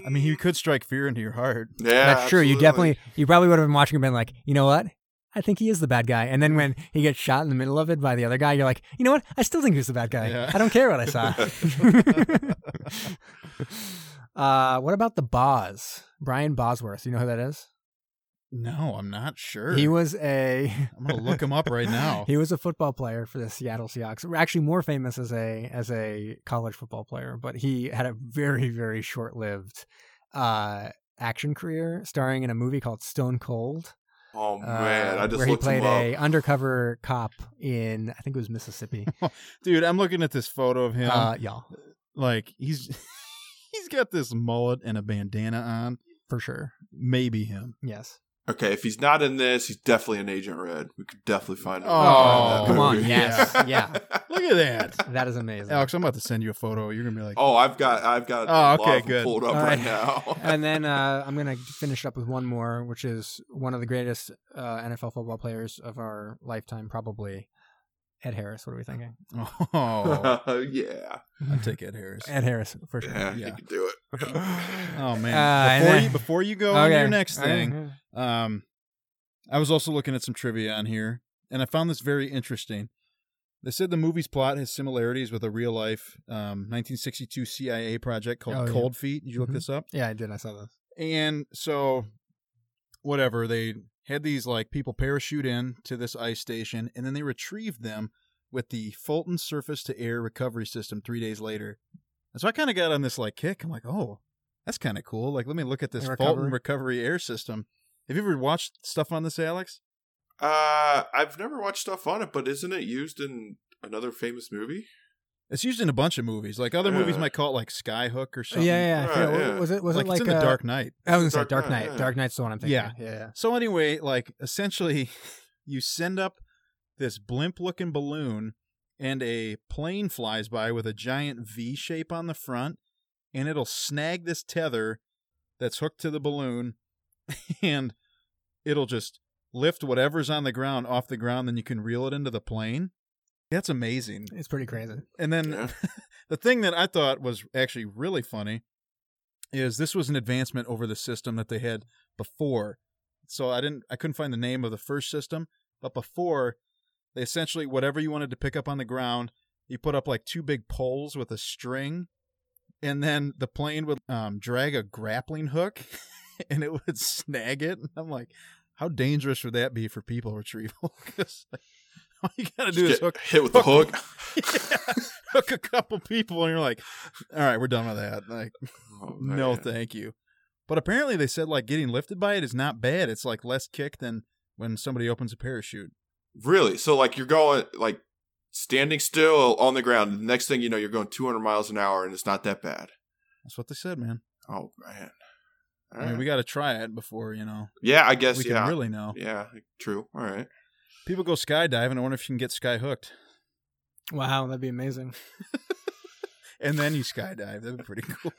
A: I mean, he could strike fear into your heart.
C: Yeah,
B: That's true. You
C: absolutely.
B: definitely, you probably would have been watching and been like, you know what? I think he is the bad guy. And then when he gets shot in the middle of it by the other guy, you're like, you know what? I still think he's the bad guy.
A: Yeah.
B: I don't care what
A: *laughs*
B: I saw. *laughs* uh, what about the Boz? Brian Bosworth. You know who that is?
A: No, I'm not sure.
B: He was a. *laughs*
A: I'm gonna look him up right now.
B: He was a football player for the Seattle Seahawks. Actually, more famous as a as a college football player, but he had a very very short lived uh, action career, starring in a movie called Stone Cold.
C: Oh
B: uh,
C: man, I just
B: where he
C: looked
B: played
C: him
B: a undercover cop in I think it was Mississippi.
A: Dude, I'm looking at this photo of him.
B: Uh, y'all
A: like he's *laughs* he's got this mullet and a bandana on.
B: for sure.
A: Maybe him.
B: Yes.
C: up. Okay, if he's not in this, he's definitely an Agent Red. We could definitely find him.
A: Oh,
C: in that
A: come
B: on,
C: movie.
B: yes, yeah.
C: *laughs*
A: Look at
B: *laughs*
A: that.
B: That
A: *laughs*
B: is amazing.
A: Alex, I'm about to send you a photo. You're gonna be like,
C: Oh, I've got, I've got.
A: Oh,
C: a lot
A: okay,
C: of them
A: good.
C: Pulled up
B: All
C: right,
B: right.
A: *laughs*
C: now. *laughs*
B: and then uh, I'm gonna finish up with one more, which is one of the greatest uh, NFL football players of our lifetime, probably, Ed Harris. What are we thinking?
C: *laughs*
A: Oh,
C: yeah.
A: I take Ed Harris.
B: Ed Harris for sure.
C: Yeah,
A: Yeah.
C: you can do it.
A: *laughs* Oh
B: Uh,
A: man!
B: and
A: before
B: then-
A: you before you go on to your next
B: All right.
A: thing, Um, I was also looking at some trivia on here, and I found this very interesting. They said the movie's plot has similarities with a real life um, 1962 CIA project called
B: Oh, yeah.
A: Cold Feet. Did you look
B: Mhm.
A: this up?
B: Yeah, I did. I saw this.
A: And so, whatever, they had these like people parachute in to this ice station, and then they retrieved them with the Fulton surface to air recovery system three days later. And so I kind of got on this like kick. I'm like, oh, that's kind of cool. Like, let me look at this
B: And
A: Fulton
B: recovery.
A: recovery air system. Have you ever watched stuff on this, Alex?
C: Uh, I've never watched stuff on it, but isn't it used in another famous movie?
A: It's used in a bunch of movies. Like other movies
C: Yeah.
A: might call it like Skyhook or
B: Uh. Yeah,
A: something.
B: yeah. yeah. I
C: Right,
B: forget. What-
C: yeah.
B: Was it? Was
A: like,
B: it like
A: it's in
B: uh,
A: the Dark Knight.
B: I was gonna
C: Dark
B: say Dark
C: Knight,
B: Knight.
C: yeah.
B: Dark Knight's the one I'm thinking.
A: Yeah.
B: of. yeah.
A: So anyway, like essentially, *laughs* you send up this blimp-looking balloon, and a plane flies by with a giant V shape on the front, and it'll snag this tether that's hooked to the balloon, *laughs* and it'll just lift whatever's on the ground off the ground. Then you can reel it into the plane. That's amazing.
B: It's pretty crazy.
A: And then
C: Yeah.
A: *laughs* the thing that I thought was actually really funny is this was an advancement over the system that they had before. So I didn't I couldn't find the name of the first system, but before they essentially whatever you wanted to pick up on the ground, you put up like two big poles with a string and then the plane would um, drag a grappling hook *laughs* and it would snag it. And I'm like, how dangerous would that be for people retrieval? *laughs* 'Cause, like, all you gotta do is
C: Just
A: hook
C: get hit with the hook.
A: *laughs* hook a couple people and you're like all right we're done with that like
C: Oh,
A: no
C: man.
A: thank you but apparently they said like getting lifted by it is not bad it's like less kick than when somebody opens a parachute
C: Really? So like you're going like standing still on the ground. The next thing you know, you're going 200 miles an hour, and it's not that bad.
A: that's what they said man
C: Oh man. All
A: i mean
C: right.
A: we got to try it before you know
C: yeah, I guess.
A: we
C: yeah.
A: can really know
C: yeah. True. All *laughs* right.
A: people go skydiving i wonder if you can get sky hooked
B: Wow, that'd be amazing.
A: and then you skydive that'd be pretty cool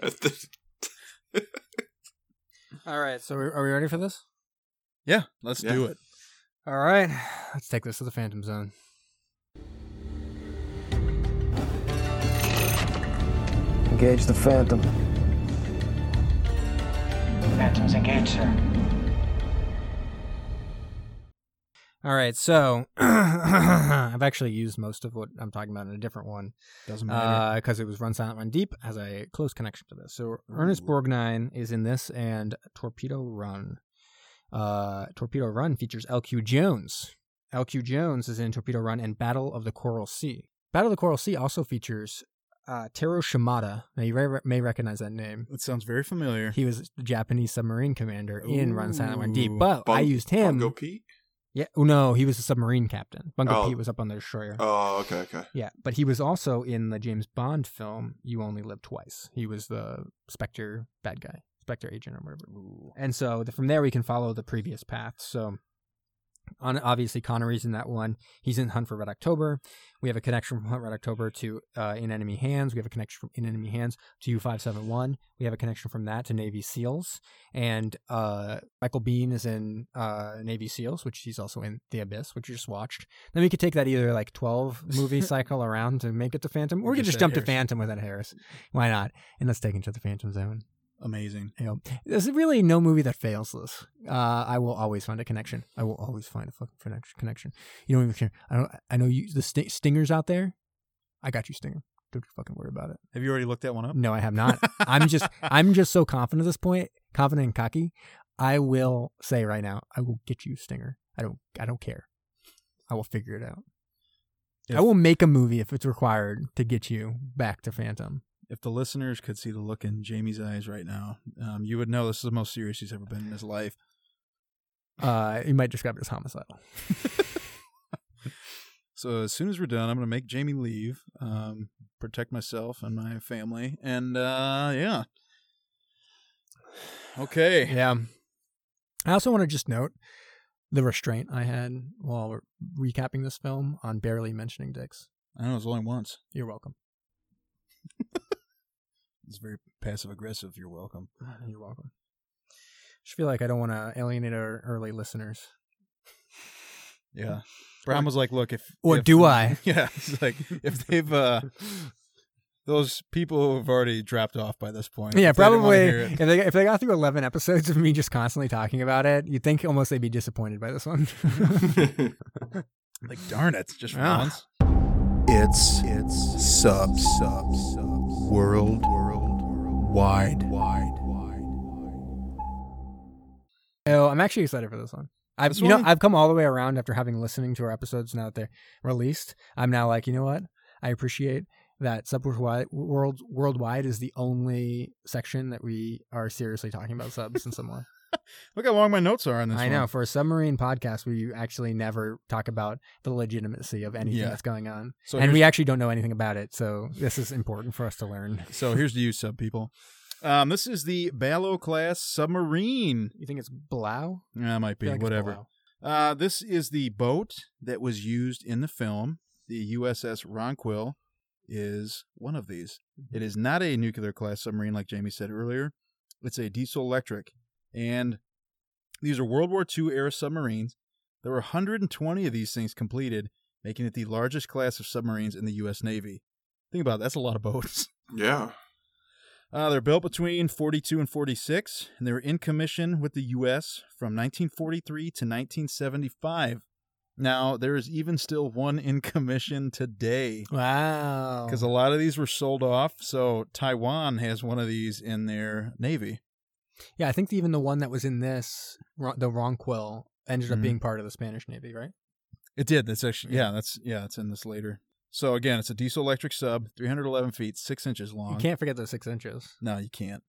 A: *laughs*
B: All right, so are we ready for this?
A: yeah let's
C: Yeah.
A: do it
B: All right, *sighs* let's take this to the Phantom Zone.
E: Engage the Phantom.
F: Phantoms engage, sir.
B: All right, so *clears throat* I've actually used most of what I'm talking about in a different one
A: doesn't matter
B: because Uh, it was Run Silent, Run Deep has a close connection to this. So Ernest Borgnine is in this, and Torpedo Run. Uh, Torpedo Run features LQ Jones. LQ Jones is in Torpedo Run and Battle of the Coral Sea. Battle of the Coral Sea also features uh, Taro Shimada. Now you re- may recognize that name.
A: it sounds very familiar
B: He was the Japanese submarine commander in Run Silent, Run Deep,
A: Ooh.
B: but I
C: Bung-
B: used him.
C: Go Pete.
B: Yeah. Oh no, he was a submarine captain. Bunker
C: Oh.
B: Pete was up on the destroyer.
C: Oh, okay, okay.
B: Yeah, but he was also in the James Bond film "You Only Live Twice." He was the Spectre bad guy, Spectre agent, or whatever. And so the, from there we can follow the previous path. So, on obviously Connery's in that one. He's in Hunt for Red October. We have a connection from Hunt Red October to uh, In Enemy Hands. We have a connection from In Enemy Hands to U five seven one. We have a connection from that to Navy SEALs. And uh, Michael Bean is in uh, Navy SEALs, which he's also in The Abyss, which you just watched. Then we could take that either like *laughs* twelve movie cycle around to make it to Phantom, or we could
A: Just
B: just
A: Ed
B: jump to
A: Harris.
B: Phantom with Ed Harris. Why not? And let's take it to the Phantom Zone.
A: amazing
B: You know, there's really no movie that fails this. Uh, I will always find a connection. I will always find a fucking connection. Connection. You don't even care. I don't. I know you. The sti- stingers out there. I got you, stinger. Don't you fucking worry about it.
A: have you already looked that one up
B: No, I have not. I'm
A: *laughs*
B: just. I'm just so confident at this point. Confident and cocky. I will say right now. I will get you, stinger. I don't. I don't care. I will figure it out. I
A: If-
B: will make a movie if it's required to get you back to Phantom.
A: if the listeners could see the look in jamie's eyes right now um, you would know this is the most serious he's ever been in his life
B: Uh, you might describe it as homicidal.
A: So as soon as we're done, I'm gonna make Jamie leave, um, protect myself and my family, and uh, yeah. Okay.
B: Yeah. I also want to just note the restraint I had while re- recapping this film on barely mentioning dicks.
A: I know it was only once.
B: You're welcome.
A: It's very passive aggressive. Ah, You're welcome.
B: You're welcome. I just feel like I don't want to alienate our early listeners.
A: Yeah. Brown was like, "Look, if *laughs*
B: Or
A: if-
B: do I?
A: Yeah, it's like if they've uh, those people have already dropped off by this point.
B: Yeah,
A: if they didn't wanna
B: probably.
A: hear it.
B: If they if they got through eleven episodes of me just constantly talking about it, you'd think almost they'd be disappointed by
A: *laughs*
B: this one.
A: Like, darn it, just for
B: Ah.
A: once.
G: It's it's sub sub sub world world wide wide wide.
B: oh, I'm actually excited for this one. I've
A: This
B: you know
A: one?
B: I've come all the way around after having listening to our episodes now that they're released. I'm now like you know what I appreciate that subs Wi- world worldwide is the only section that we are seriously talking about subs in some way.
A: Look how long my notes are on this.
B: I
A: one.
B: know for a submarine podcast we actually never talk about the legitimacy of anything
A: Yeah.
B: that's going on,
A: So
B: and
A: here's-
B: we actually don't know anything about it. So this is important for us to learn.
A: *laughs* So here's the use sub people. Um, this is the Ballo class submarine.
B: You think it's Blau?
A: Yeah, it might be
B: Feel like it's
A: whatever.
B: Blau.
A: Uh, this is the boat that was used in the film. The USS Ronquil is one of these. It is not a nuclear class submarine, like Jamie said earlier. It's a diesel electric. And these are World War II era submarines. There were 120 of these things completed, making it the largest class of submarines in the U.S. Navy. Think about it, that's a lot of boats.
C: yeah.
A: Uh, they're built between 42 and 46, and they were in commission with the U.S. from 1943 to 1975. Now, there is even still one in commission today
B: Wow.
A: because a lot of these were sold off. So, Taiwan has one of these in their Navy.
B: yeah, I think even the one that was in this, Ro- the Ronquil, ended up
A: Mhm.
B: being part of the Spanish Navy, right?
A: It did. That's actually, yeah, that's, yeah, it's in this later. So, again, it's a diesel electric sub, 311 feet, six inches long.
B: You can't forget those six inches.
A: No, you can't.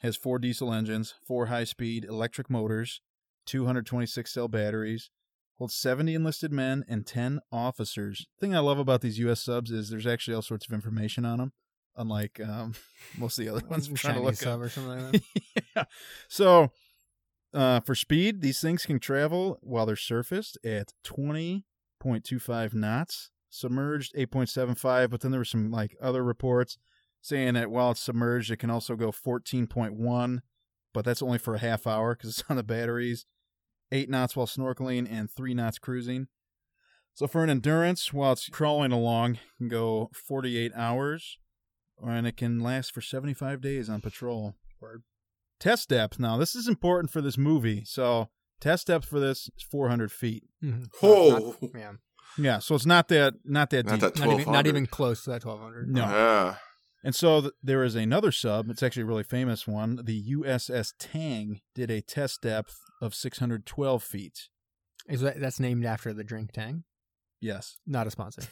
A: Has four diesel engines, four high speed electric motors, 226 cell batteries, holds 70 enlisted men and 10 officers. thing I love about these U.S. subs is there's actually all sorts of information on them, unlike um, *laughs* most of the
B: *laughs*
A: other ones I'm trying to
B: Chinese
A: look up.
B: sub or something
A: *laughs*
B: like that.
A: yeah. So, uh, for speed, these things can travel while they're surfaced at 20.25 knots, submerged 8.75. But then there were some like other reports saying that while it's submerged, it can also go 14.1, but that's only for a half hour because it's *laughs* on the batteries. Eight knots while snorkeling and three knots cruising. So for an endurance, while it's crawling along, it can go 48 hours, and it can last for 75 days on patrol. Test depth. Now, this is important for this movie. So, test depth for this is 400 feet.
B: Mhm.
C: Oh.
B: Not- yeah.
A: Yeah, so it's not that not that
C: Not
A: deep.
C: that
B: Not even,
C: 1200.
B: not even close to that 1200.
A: No.
C: Yeah.
A: and so th- there is another sub. It's actually a really famous one. The USS Tang did a test depth of 612 feet.
B: Is that, that's named after the drink Tang?
A: Yes,
B: Not a sponsor.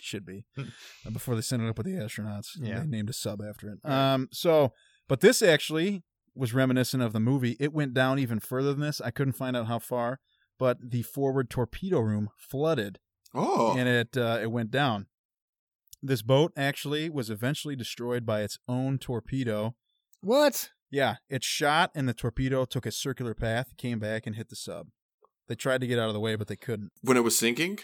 A: should be
C: Hmm.
A: Uh, before they sent it up with the astronauts.
B: Yeah.
A: they named a sub after it. Um, so but this actually was reminiscent of the movie. It went down even further than this. I couldn't find out how far, but the forward torpedo room flooded.
C: Oh.
A: and it uh, it went down. This boat actually was eventually destroyed by its own torpedo.
B: What?
A: Yeah, it shot and the torpedo took a circular path, came back and hit the sub. They tried to get out of the way, but they couldn't.
C: when it was sinking?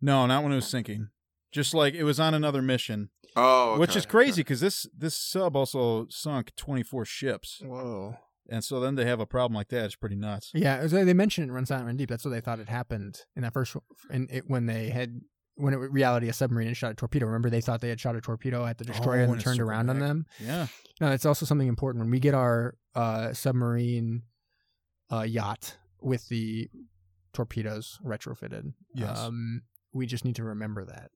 A: No, not when it was sinking. Just like it was on another mission,
C: Oh.
A: which
C: okay.
A: is crazy because this this sub also sunk 24 ships,
B: Whoa.
A: and so then they have a problem like that. It's pretty
C: *laughs*
A: nuts.
B: Yeah, so they mentioned it runs out and deep. That's what they thought had happened in that first, and it, when they had, when it was reality a submarine had shot a torpedo. Remember, they thought they had shot a torpedo at the
A: Oh,
B: destroyer and
A: and it
B: it turned
A: circled
B: around on
A: back.
B: them.
A: Yeah,
B: No, that's also something important when we get our uh, submarine uh, yacht with the torpedoes retrofitted.
A: Yes.
B: um, we just need to remember that.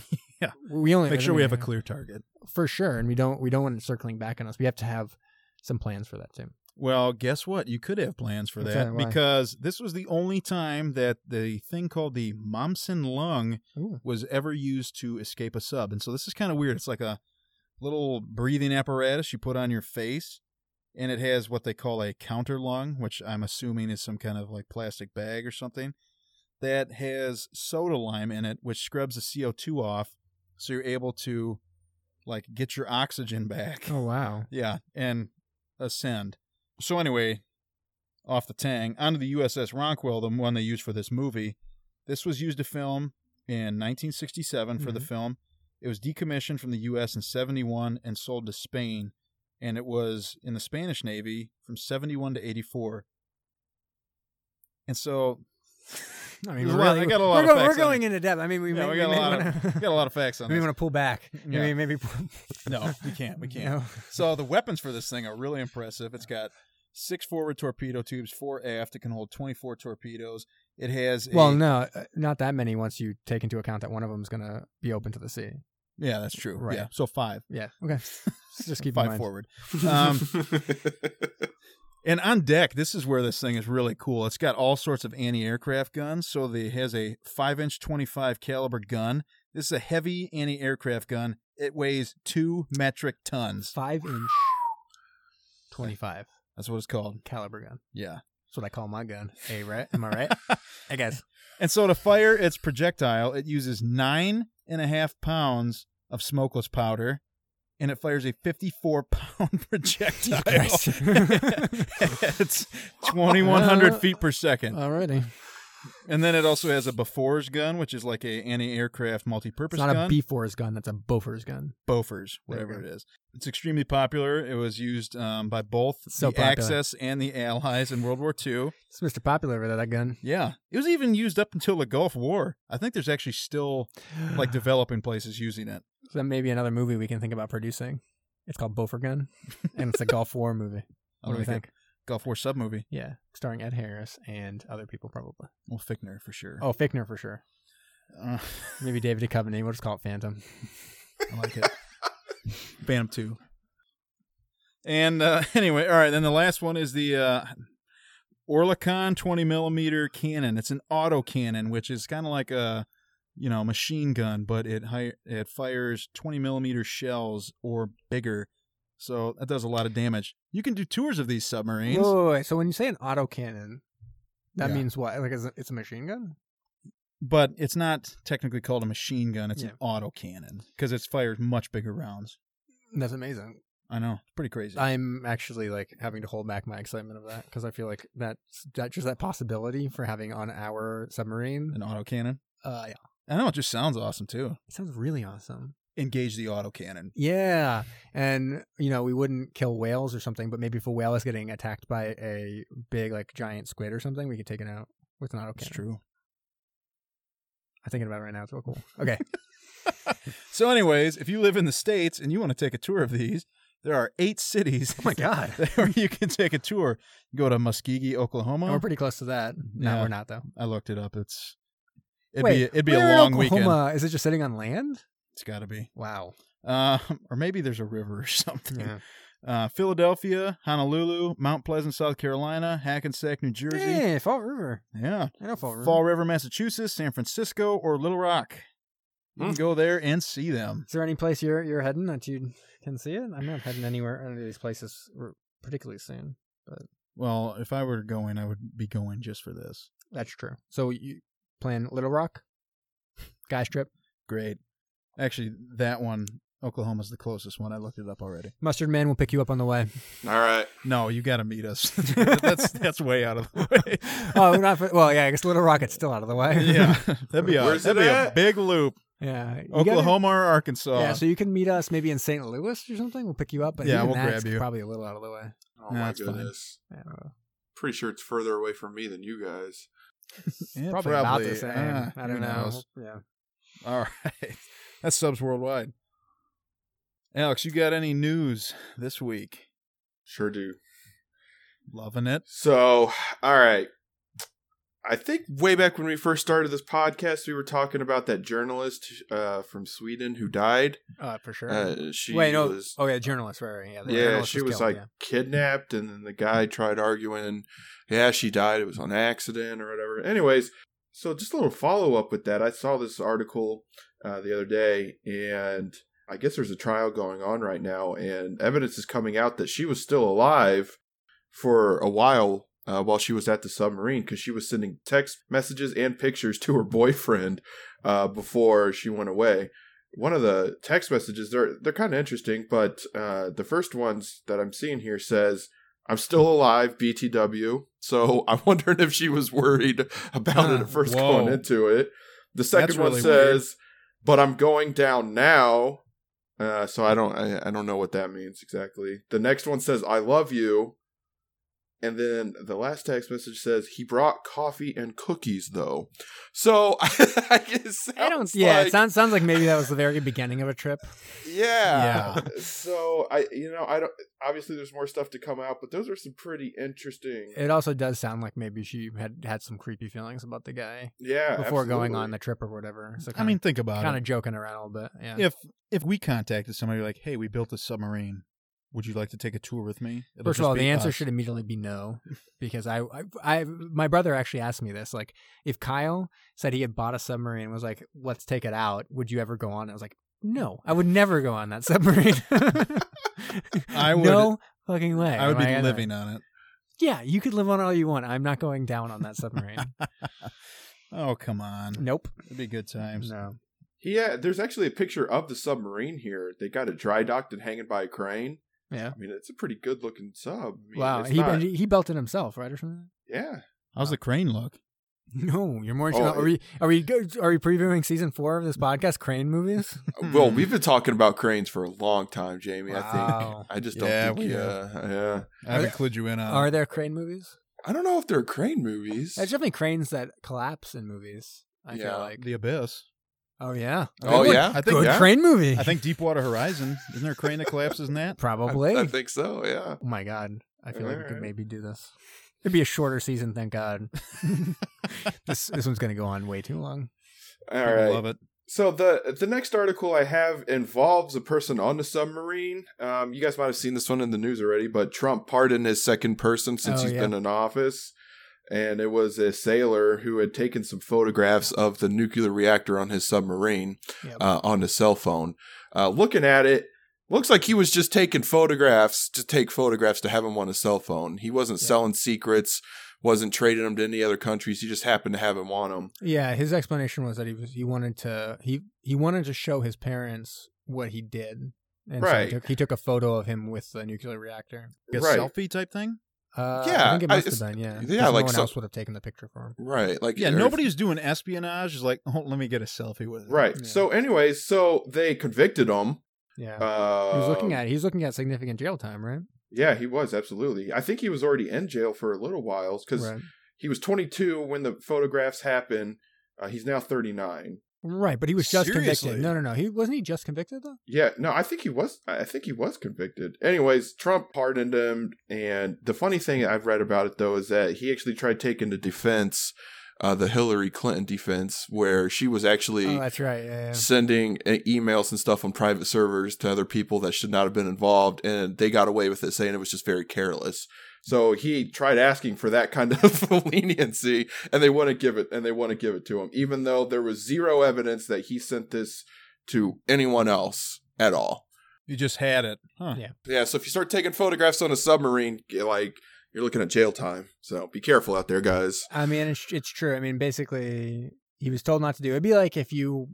A: *laughs* Yeah.
B: *laughs* we only
A: make sure we have a
B: yeah,
A: clear target.
B: for sure, and we don't we don't want it circling back on us. We have to have some plans for that too.
A: Well, guess what? You could have plans for
B: Okay,
A: that
B: why?
A: because this was the only time that the thing called the Momsen lung
B: Ooh.
A: was ever used to escape a sub. And so this is kind of weird. It's like a little breathing apparatus you put on your face, and it has what they call a counter lung, which I'm assuming is some kind of like plastic bag or something that has soda lime in it, which scrubs the CO2 off. So you're able to like get your oxygen back.
B: Oh
A: *laughs*
B: wow!
A: Yeah, and ascend. So anyway, off the Tang onto the USS Ronquil, the one they used for this movie. This was used to film in 1967
B: Mm-hmm.
A: for the film. It was decommissioned from the U.S. in 71 and sold to Spain, and it was in the Spanish Navy from 71 to 84. And so,
B: I mean,
A: There's a
B: we're
A: lot-
B: really-
A: I got a lot
B: we're
A: of
B: go-
A: facts
B: We're
A: on
B: going into depth. I mean, we,
A: Yeah,
B: may,
A: we got
B: we
A: a
B: may
A: lot
B: wanna,
A: of we
B: *laughs*
A: got a lot of facts on
B: we may
A: this.
B: want to pull back.
A: Yeah.
B: Maybe, maybe
A: *laughs* No, we
B: *laughs*
A: can't. We can't. So the weapons for this thing are really impressive. It's got six forward torpedo tubes, four aft. It can hold 24 torpedoes. It has a,
B: Well, no, uh, not that many. Once you take into account that one of them is going to be open to the sea.
A: yeah, that's true.
B: Right.
A: Yeah, so five,
B: Yeah. Okay.
A: *laughs*
B: Just keep in
A: five
B: mind.
A: forward. Um, and on deck, this is where this thing is really cool. It's got all sorts of anti-aircraft guns. So they- it has a five-inch 25 caliber gun. This is a heavy anti-aircraft gun. It weighs two metric tons.
B: Five inch, twenty-five
A: That's what it's called.
B: caliber gun.
A: Yeah.
B: That's what I call my gun. Hey, right? Am I *laughs* right? I guess.
A: And so to fire its projectile, it uses nine and a half pounds of smokeless powder, and it fires a 54 pound *laughs* projectile. *laughs*
B: Christ. *laughs*
A: it's 2,100 feet per second.
B: Alrighty.
A: And then it also has a Bofors gun, which is like a anti-aircraft
B: It's
A: multi-purpose
B: not
A: gun.
B: a B4's gun. That's a Bofors gun.
A: Bofors,
B: There you
A: whatever it
B: go.
A: is. It's extremely popular. It was used um, by both
B: So
A: the
B: popular.
A: Axis and the Allies in World War II.
B: It's Mr. Popular over there, that gun.
A: Yeah, it was even used up until the Gulf War. I think there's actually still like developing places using it.
B: *sighs* So that may be another movie we can think about producing. It's called Beaufort Gun, *laughs* and it's a Gulf War movie.
A: I'll
B: What do we
A: make it.
B: think?
A: Gulf War sub movie.
B: Yeah, starring Ed Harris and other people probably.
A: Well, Fickner for sure.
B: Oh, Fickner for sure.
A: Uh,
B: Maybe David Duchovny. We'll just call it Phantom.
A: I like
B: *laughs*
A: it. Phantom two. And uh, *laughs* anyway, all right. Then the last one is the uh, Orlikon 20 millimeter cannon. It's an auto cannon, which is kind of like a you know machine gun, but it hi- it fires 20 millimeter shells or bigger. So that does a lot of damage. You can do tours of these submarines.
B: Whoa, wait, wait. So when you say an autocannon, that
A: Yeah.
B: means what? Like, is it- it's a machine gun?
A: but it's not technically called a machine gun. It's
B: Yeah.
A: an auto cannon because it's fired much bigger rounds.
B: That's amazing.
A: I know, it's pretty crazy.
B: I'm actually like having to hold back my excitement of that because I feel like that's that just that possibility for having on our submarine.
A: an auto cannon.
B: Uh, yeah,
A: I know it just sounds awesome too.
B: it sounds really awesome.
A: Engage the auto cannon.
B: Yeah, and you know we wouldn't kill whales or something, but maybe if a whale is getting attacked by a big like giant squid or something, we could take it out with an autocannon.
A: It's true.
B: I'm thinking about it right now. It's real
A: *laughs*
B: cool. Okay.
A: So, anyways, if you live in the states and you want to take a tour of these, there are eight cities.
B: oh my god.
A: *laughs* where you can take a tour. Go to Muskegee, Oklahoma.
B: We're pretty close to that. No,
A: Yeah.
B: we're not though.
A: I looked it up. It's it'd
B: Wait,
A: be it'd be a
B: where in
A: long weekend.
B: Oklahoma, Is it just sitting on land?
A: It's got to be.
B: Wow.
A: Um, or maybe there's a river or *laughs* something. Uh, Philadelphia, Honolulu, Mount Pleasant, South Carolina, Hackensack, New Jersey.
B: Hey, Eh, Fall River.
A: Yeah.
B: I know Fall River.
A: Fall River, Massachusetts, San Francisco, or Little Rock. You can
C: Hmm.
A: go there and see them.
B: Is there any place you're you're heading that you can see it? I'm not heading anywhere any of these places r- particularly soon.
A: Well, if I were going, I would be going just for this.
B: That's true. So you plan Little Rock, guys trip,
A: Great. Actually, that one, Oklahoma's the closest one. I looked it up already.
B: Mustard Man will pick you up on the way.
C: *laughs*
B: *laughs*
C: All right.
A: No, you got to meet us. *laughs* that's that's way out of the way.
B: *laughs* oh, we're not. Well, yeah, I guess Little Rocket's still out of the
A: *laughs*
B: way.
A: yeah, that'd be a,
C: Where's
A: that'd
C: it
A: be a
C: at?
A: big loop.
B: *laughs* yeah. You gotta-
A: Oklahoma or Arkansas.
B: yeah, so you can meet us maybe in St. Louis or something. We'll pick you up. But
A: Yeah,
B: even
A: we'll
B: that's
A: grab you.
B: Probably a little out of the way.
C: Oh
A: Nah,
C: my
A: it's fine.
C: goodness.
B: Yeah, well,
C: Pretty sure it's further away from me than you guys.
A: Yeah,
B: probably, about the
A: probably.
B: same.
A: Ah,
B: I
A: who
B: don't know.
A: knows?
B: Yeah.
A: All right, *laughs* that's subs worldwide. Alex, you got any news this week?
C: Sure do.
A: Loving it.
C: So, all right. I think way back when we first started this podcast, we were talking about that journalist uh, from Sweden who died.
B: Uh, for sure.
C: Uh, she
B: Wait, no.
C: was,
B: oh yeah, journalist. Right, right. Yeah, the
C: yeah,
B: journalist
C: she was
B: killed,
C: like
B: yeah.
C: kidnapped, and then the guy tried arguing, yeah, she died. It was on accident or whatever. Anyways, so just a little follow up with that. I saw this article uh, the other day, and I guess there's a trial going on right now, and evidence is coming out that she was still alive for a while uh, while she was at the submarine because she was sending text messages and pictures *laughs* to her boyfriend uh, before she went away. One of the text messages they're they're kind of interesting, but uh, the first ones that I'm seeing here says. I'm still alive, BTW. So *laughs* I'm wondering if she was worried about it at first
A: Ah, Whoa.
C: going into it. The second
A: That's
C: one
A: really
C: says,
A: weird.
C: "But I'm going down now." Uh, so I don't I, I don't know what that means exactly. The next one says, "I love you." And then the last text message says he brought coffee and cookies though. So *laughs* I guess
B: I don't. Yeah, it sounds sounds like maybe that was the very beginning of a trip.
C: yeah. So I you know I don't obviously there's more stuff to come out, but those are some pretty interesting.
B: It also does sound like maybe she had had some creepy feelings about the guy
C: yeah.
B: before going
C: absolutely.
B: on the trip or whatever. So
A: I mean, uh, think about
B: kind
A: it.
B: of joking around a little bit. Yeah.
A: If if we contacted somebody like, hey, we built a submarine, would you like to take a tour with me? It'll
B: First of
A: just
B: all,
A: be
B: the answer
A: us.
B: should immediately be no, because I, I, I, my brother actually asked me this. Like, if Kyle said he had bought a submarine and was like, "Let's take it out," would you ever go on? it?" I was like, "No, I would never go on that *laughs* submarine."
A: I would-
B: *laughs* No fucking way.
A: I would
B: am
A: be
B: gonna-
A: living on it.
B: Yeah, you could live on all you want. I'm not going down on that submarine.
A: Oh come on,
B: nope.
A: it'd be good times.
B: No.
C: Yeah, there's actually a picture of the submarine here. They got it dry docked and hanging by a crane.
B: Yeah.
C: I mean, it's a pretty good looking sub. I mean,
B: Wow.
C: it's
B: He
C: not-
B: he built it himself, right, or something.
C: yeah.
A: How's the crane look?
B: No, you're more.
C: Oh,
B: are we are we go- are we previewing season four of this podcast, Crane
C: *laughs*
B: movies?
A: Hmm.
C: Well, we've been talking about cranes for a long time, Jamie. I
B: Wow.
C: think. I just don't
A: Yeah,
C: think.
A: we
C: Yeah, yeah.
A: I haven't clued you
C: Uh,
A: in uh, on.
B: Are there Crane movies?
C: I don't know if there are crane movies.
B: There's definitely cranes that collapse in movies. I
C: Yeah.
B: feel like.
A: the abyss.
B: Oh yeah.
C: Oh,
B: Good-
C: yeah?
A: I think
B: Good
C: yeah.
B: crane movie.
A: I think Deepwater Horizon. Isn't there a crane that collapses in
B: *laughs*
A: that? *laughs*
C: I,
B: probably.
C: I think so. Yeah.
B: oh my god. I feel like we
C: Alright.
B: could maybe do this. It'd be a shorter season, thank God. this this one's gonna go on way too long.
C: All
A: I
C: right.
A: love it.
C: So the the next article I have involves a person on the submarine. Um, you guys might have seen this one in the news already, but Trump pardoned his second person since
B: Oh,
C: he's
B: yeah.
C: been in office, and it was a sailor who had taken some photographs of the nuclear reactor on his submarine
B: Yep.
C: uh, on his cell phone. Uh, looking at it, looks like he was just taking photographs to take photographs to have them on his cell phone. He wasn't
B: Yeah.
C: selling secrets, wasn't trading them to any other countries. He just happened to have him on him.
B: Yeah, his explanation was that he was he wanted to he he wanted to show his parents what he did. And so
C: Right.
B: he took, he took a photo of him with the nuclear reactor.
A: Like a
C: Right.
A: selfie type thing.
B: Uh,
C: Yeah,
B: I think it
C: I-
B: must
C: it's-
B: have been. Yeah,
C: yeah,
B: 'Cause
C: like
B: no one
C: some-
B: else would have taken the picture for him.
C: Right. Like
A: Yeah,
C: or if-
A: nobody who's doing espionage is like, oh, let me get a selfie with it.
C: Right.
B: Yeah.
C: So, anyways, so they convicted him.
B: Yeah,
C: Uh,
B: he was looking at he's looking at significant jail time, right?
C: Yeah, he was absolutely. I think he was already in jail for a little while because
B: Right.
C: he was 22 when the photographs happened. Uh, he's now 39.
B: Right, but he was just
A: Seriously?
B: convicted. No, no, no. He wasn't he just convicted though?
C: Yeah, no, I think he was. I think he was convicted. Anyways, Trump pardoned him, and the funny thing I've read about it though is that he actually tried taking the defense, uh, the Hillary Clinton defense, where she was actually
B: Oh, that's right. Yeah, yeah.
C: sending uh, emails and stuff on private servers to other people that should not have been involved and they got away with it saying it was just very careless so he tried asking for that kind of *laughs* leniency and they wouldn't give it and they wouldn't give it to him even though there was zero evidence that he sent this to anyone else at all
A: You just had it. Huh.
B: Yeah.
C: yeah so if you start taking photographs on a submarine y- like you're looking at jail time so be careful out there guys
B: I mean, it's it's true. I mean, basically, he was told not to do. it. It'd be like if you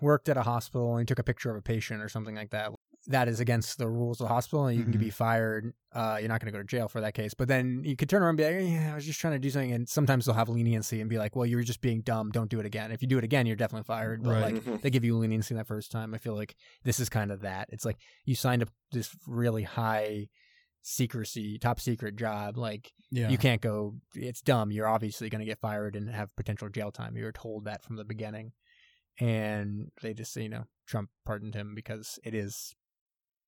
B: worked at a hospital and you took a picture of a patient or something like that. That is against the rules of the hospital, and you can
A: Mhm.
B: be fired. Uh, you're not going to go to jail for that case. But then you could turn around and be like, "Yeah, I was just trying to do something." And sometimes they'll have leniency and be like, "Well, you were just being dumb. Don't do it again. If you do it again, you're definitely fired." But
A: Right.
B: like,
C: Mhm.
B: they give you leniency that first time. I feel like this is kind of that. It's like you signed up this really high secrecy, top secret job. Like
A: Yeah.
B: you can't go. It's dumb. You're obviously going to get fired and have potential jail time. You were told that from the beginning, and they just you know Trump pardoned him because it is.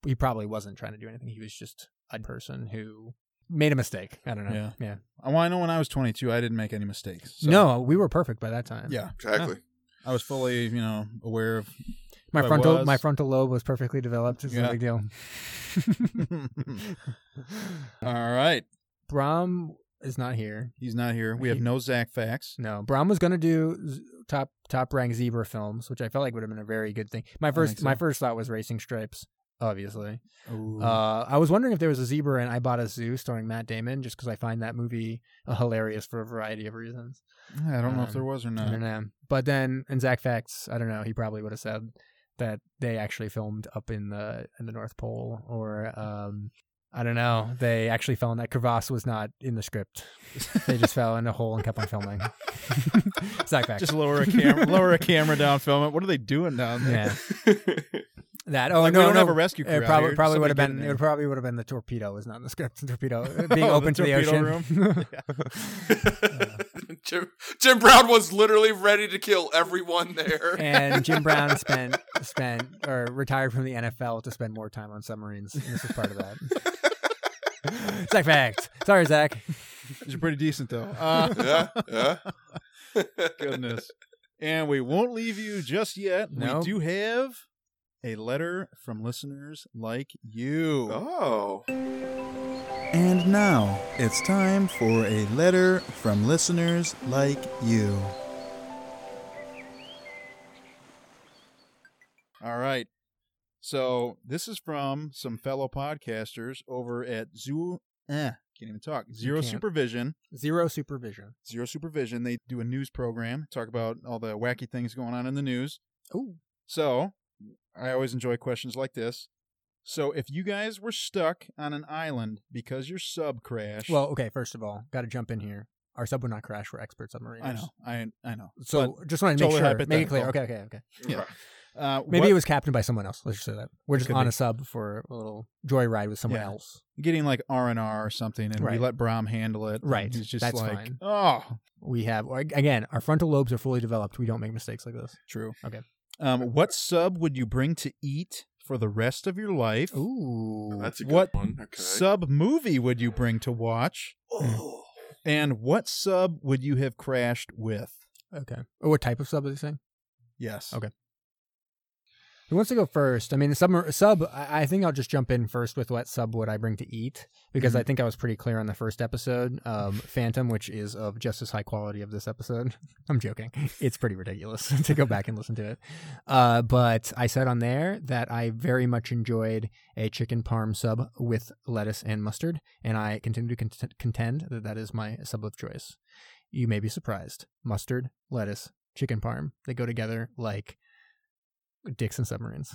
B: He probably wasn't trying to do anything. He was just a person who made a mistake. I don't know.
A: Yeah.
B: yeah.
A: Uh, Well, I know when I was 22, I didn't make any mistakes. so-
B: no, we were perfect by that time.
A: Yeah.
C: exactly
A: I was fully, you know, aware
B: *laughs*
A: of. *laughs*
B: my
A: I
B: frontal
A: was.
B: my frontal lobe was perfectly developed. It's
A: Yeah.
B: no big deal.
A: All right.
B: Brom is not here.
A: He's not here. We have no Zach facts.
B: No, Brom was gonna do z- top top rank zebra films, which I felt like would have been a very good thing. My
A: think
B: first
A: so.
B: my first thought was Racing Stripes, obviously.
A: Ooh.
B: Uh, I was wondering if there was a zebra in I Bought a Zoo starring Matt Damon, just because I find that movie uh, hilarious for a variety of reasons.
A: I don't know if
B: um,
A: there was or
B: I
A: not.
B: don't know. But then in Zach Facts, I don't know. He probably would have said that they actually filmed up in the in the North Pole, or um, I don't know. They actually filmed that crevasse was not in the script.
A: *laughs*
B: They just fell in a hole and kept on filming. Zach Facts.
A: *laughs*
C: *laughs*
A: Just lower a camera, lower a camera down, film it. What are they doing down there?
B: yeah. that. Oh
A: Like, we
B: no,
A: don't
B: no,
A: have a rescue crew
B: It
A: out
B: probably
A: here.
B: probably would
A: Somebody
B: have
A: get in
B: been.
A: there. *laughs*
B: It probably would have been the torpedo was not in the script. *laughs* The torpedo being
A: Oh, the
B: open to the
A: torpedo
B: ocean.
A: room. *laughs*
C: *laughs* Jim, Jim Brown was literally ready to kill everyone there.
B: *laughs* and Jim Brown spent spent or retired from the NFL to spend more time on submarines. And this is part of that.
A: *laughs*
B: Zach facts. Sorry, Zach.
A: These are pretty decent though. Uh,
C: *laughs* yeah, yeah.
A: Goodness. And we won't leave you just yet.
B: No.
A: We do have a letter from listeners like you.
C: Oh,
G: And now it's time for a letter from listeners like you.
A: All right. So this is from some fellow podcasters over at Zoo. Eh, can't even talk. Zero
B: can't.
A: Supervision.
B: Zero supervision.
A: Zero Supervision. They do a news program, talk about all the wacky things going on in the news.
B: Ooh.
A: So I always enjoy questions like this. So if you guys were stuck on an island because your sub crashed,
B: Well, okay. First of all, got to jump in here. Our sub would not crash. We're expert submariners.
A: I know, I I know.
B: So just wanted to make
A: totally
B: sure, make it clear.
A: hypothetical.
B: Okay, okay, okay.
A: Yeah. But, uh,
B: Maybe
A: what-
B: it was captained by someone else. Let's just say that we're just
A: Could
B: on
A: be.
B: a sub for a little joyride with someone
A: Yeah.
B: else.
A: getting like R and R or something, and we
B: Right.
A: let Brom handle it. and
B: Right.
A: he's just
B: That's
A: like,
B: fine.
A: oh,
B: We have or- again, our frontal lobes are fully developed. We don't make mistakes like this.
A: true.
B: Okay.
A: Um, what sub would you bring to eat for the rest of your life?
B: Ooh,
C: that's a good
A: What
C: one. Okay.
A: Sub movie would you bring to watch?
C: oh.
A: And what sub would you have crashed with?
B: okay. Oh, what type of sub is he saying?
A: Yes.
B: Okay. Who wants to go first? I mean, sub, sub. I I think I'll just jump in first with what sub would I bring to eat because I think I was pretty clear on the first episode. Um, Phantom, which is of just as high quality of this episode. *laughs* I'm joking. It's pretty ridiculous *laughs* to go back and listen to it. Uh, but I said on there that I very much enjoyed a chicken parm sub with lettuce and mustard, and I continue to cont- contend that that is my sub of choice. You may be surprised. Mustard, lettuce, chicken parm. They go together like dicks and submarines.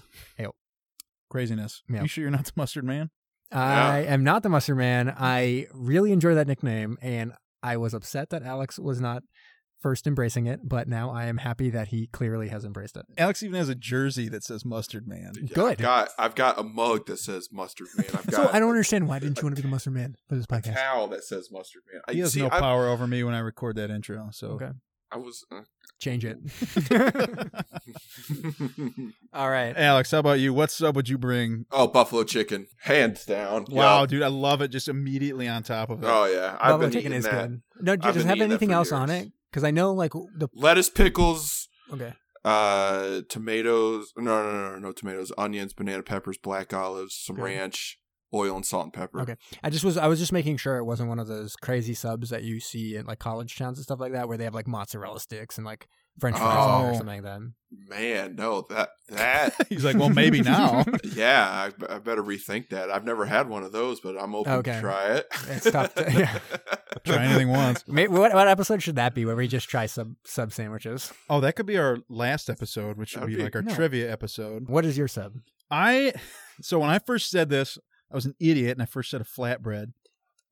A: Craziness.
B: Yeah.
A: You sure you're not the *laughs* mustard man?
B: I am not the mustard man. I really enjoy that nickname, and I was upset that Alex was not first embracing it, but now I am happy that he clearly has embraced it.
A: Alex even has a jersey that says mustard man.
B: Good.
C: I've got, I've got a mug that says mustard man. I've got
B: So I don't understand why didn't you want to be
C: *laughs*
B: the mustard man for this
C: a
B: podcast?
C: towel that says mustard man. I
A: He has
C: see,
A: no
C: I,
A: power over me when I record that intro. So
B: Okay. *laughs*
C: I was. uh, *laughs*
B: Change it. All right.
A: *laughs* Alex, how about you? What sub would you bring?
C: oh, buffalo chicken, hands down.
A: Wow,
C: Yup.
A: dude, I love it. Just immediately on top of it.
C: Oh yeah, I've
B: Buffalo
C: been
B: chicken
C: eating
B: is
C: that.
B: good. No, do you
C: I've
B: just
C: been
B: have
C: eating that
B: anything
C: for
B: else on
C: years.
B: it? Because I know, like the
C: Lettuce, pickles,
B: okay,
C: uh, tomatoes. No, no, no, no, no tomatoes. Onions, banana peppers, black olives, some
B: Okay.
C: ranch, oil, and salt and pepper.
B: Okay. I just was I was just making sure it wasn't one of those crazy subs that you see in like college towns and stuff like that, where they have like mozzarella sticks and like French fries on it
A: Oh.
B: or something like that.
C: Man, no,
B: *laughs*
C: that that.
A: *laughs* He's like, well, maybe now. *laughs*
C: yeah, I, I better rethink that. I've never had one of those, but I'm open
B: Okay.
C: to try it.
B: It's tough to-
C: *laughs*
B: yeah.
A: Try anything once.
B: May what, what episode should that be where we just try sub sub sandwiches?
A: Oh, that could be our last episode, which should
C: That'd
A: be,
C: be-
A: like our
B: No.
A: trivia episode.
B: What is your sub?
A: I so when I first said this, I was an idiot and I first said a flatbread.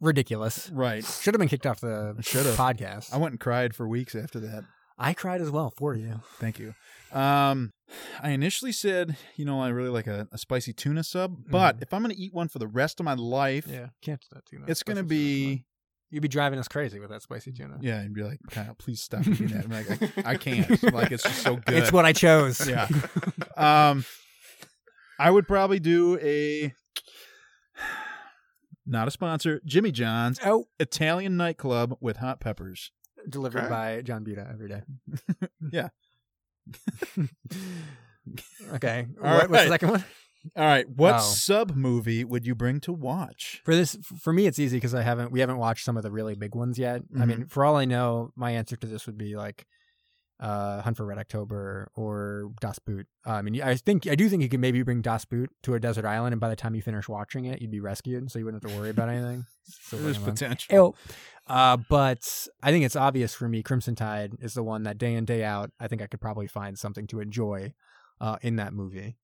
B: Ridiculous.
A: Right.
B: Should have been kicked off the
A: Should've.
B: podcast.
A: I went and cried for weeks after that.
B: I cried as well for you.
A: Thank you. Um I initially said, you know, I really like a, a spicy tuna sub, but
B: Mm-hmm.
A: if I'm gonna eat one for the rest of my life,
B: can't do that too much.
A: it's gonna be
B: you'd be driving us crazy with that spicy tuna.
A: Yeah, and be like, Kyle, please stop eating that. I'm like,
B: *laughs*
C: *laughs*
A: I, I can't. Like it's just so good.
B: It's what I
A: *laughs*
B: chose. *laughs*
A: yeah. Um, I would probably do a not a sponsor, Jimmy John's
B: Oh,
A: Italian nightclub with hot peppers.
B: delivered
C: Okay.
B: by John Buda every day.
A: Yeah.
B: *laughs* okay.
A: All
B: what,
A: right.
B: What's the second one?
A: All right, what
B: Wow.
A: sub movie would you bring to watch?
B: For this, for me, it's easy because I haven't we haven't watched some of the really big ones yet. I mean, for all I know, my answer to this would be like uh, Hunt for Red October or Das Boot. Uh, I mean, you- I think I do think you could maybe bring Das Boot to a desert island, and by the time you finish watching it, you'd be rescued, so you wouldn't have to worry about anything. So
A: There's
B: whatever.
A: potential.
B: Ew. Uh, but I think it's obvious for me. Crimson Tide is the one that day in day out. I think I could probably find something to enjoy uh, in that movie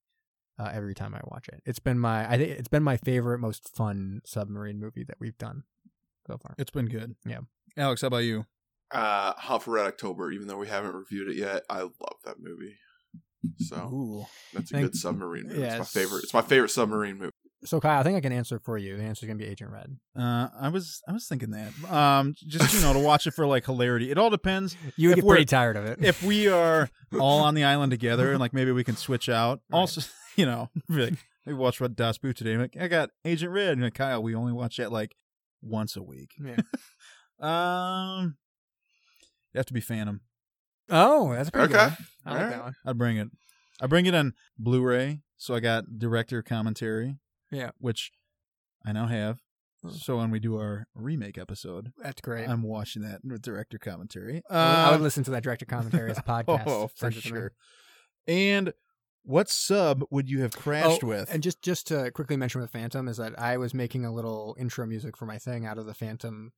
B: uh, every time I watch it. It's been my I think it's been my favorite, most fun submarine movie that we've done so far.
A: It's been good.
B: Yeah.
A: Alex, how about you?
C: Uh, Hunt for Red October. Even though we haven't reviewed it yet, I love that movie. So
G: Ooh.
C: that's a
B: Thank-
C: good submarine movie.
B: Yes.
C: It's my favorite. It's my favorite submarine
B: *laughs*
C: movie. *laughs*
B: So Kyle, I think I can answer for you. The answer is gonna be Agent Red.
A: Uh, I was I was thinking that. Um, just you know to watch it for like hilarity. It all depends
B: You would
A: If
B: get pretty
A: we're-
B: tired of it.
A: if we are all on the island together and like maybe we can switch out.
B: Right.
A: Also, *laughs* you know, like, we watched Red Das Boot today. I'm like, I got Agent Red and like, Kyle. We only watch that like once a week.
B: *laughs* Yeah.
A: Um, you have to be Phantom.
B: oh, that's a pretty good.
C: Okay.
B: one. I like
C: All
B: that
C: right.
B: one.
A: I bring it. I bring it on Blu-ray, so I got director commentary.
B: Yeah.
A: which I now have.
C: Hmm.
A: So when we do our remake episode,
B: That's great.
A: I'm watching that with director commentary.
B: I would- I
A: Um,
B: would listen to that director commentary as a podcast.
A: *laughs* Oh, for
B: Send it to me.
A: sure. And what sub would you have crashed with? *laughs*
B: Oh, And just just to quickly mention with Phantom is that I was making a little intro music for my thing out of the Phantom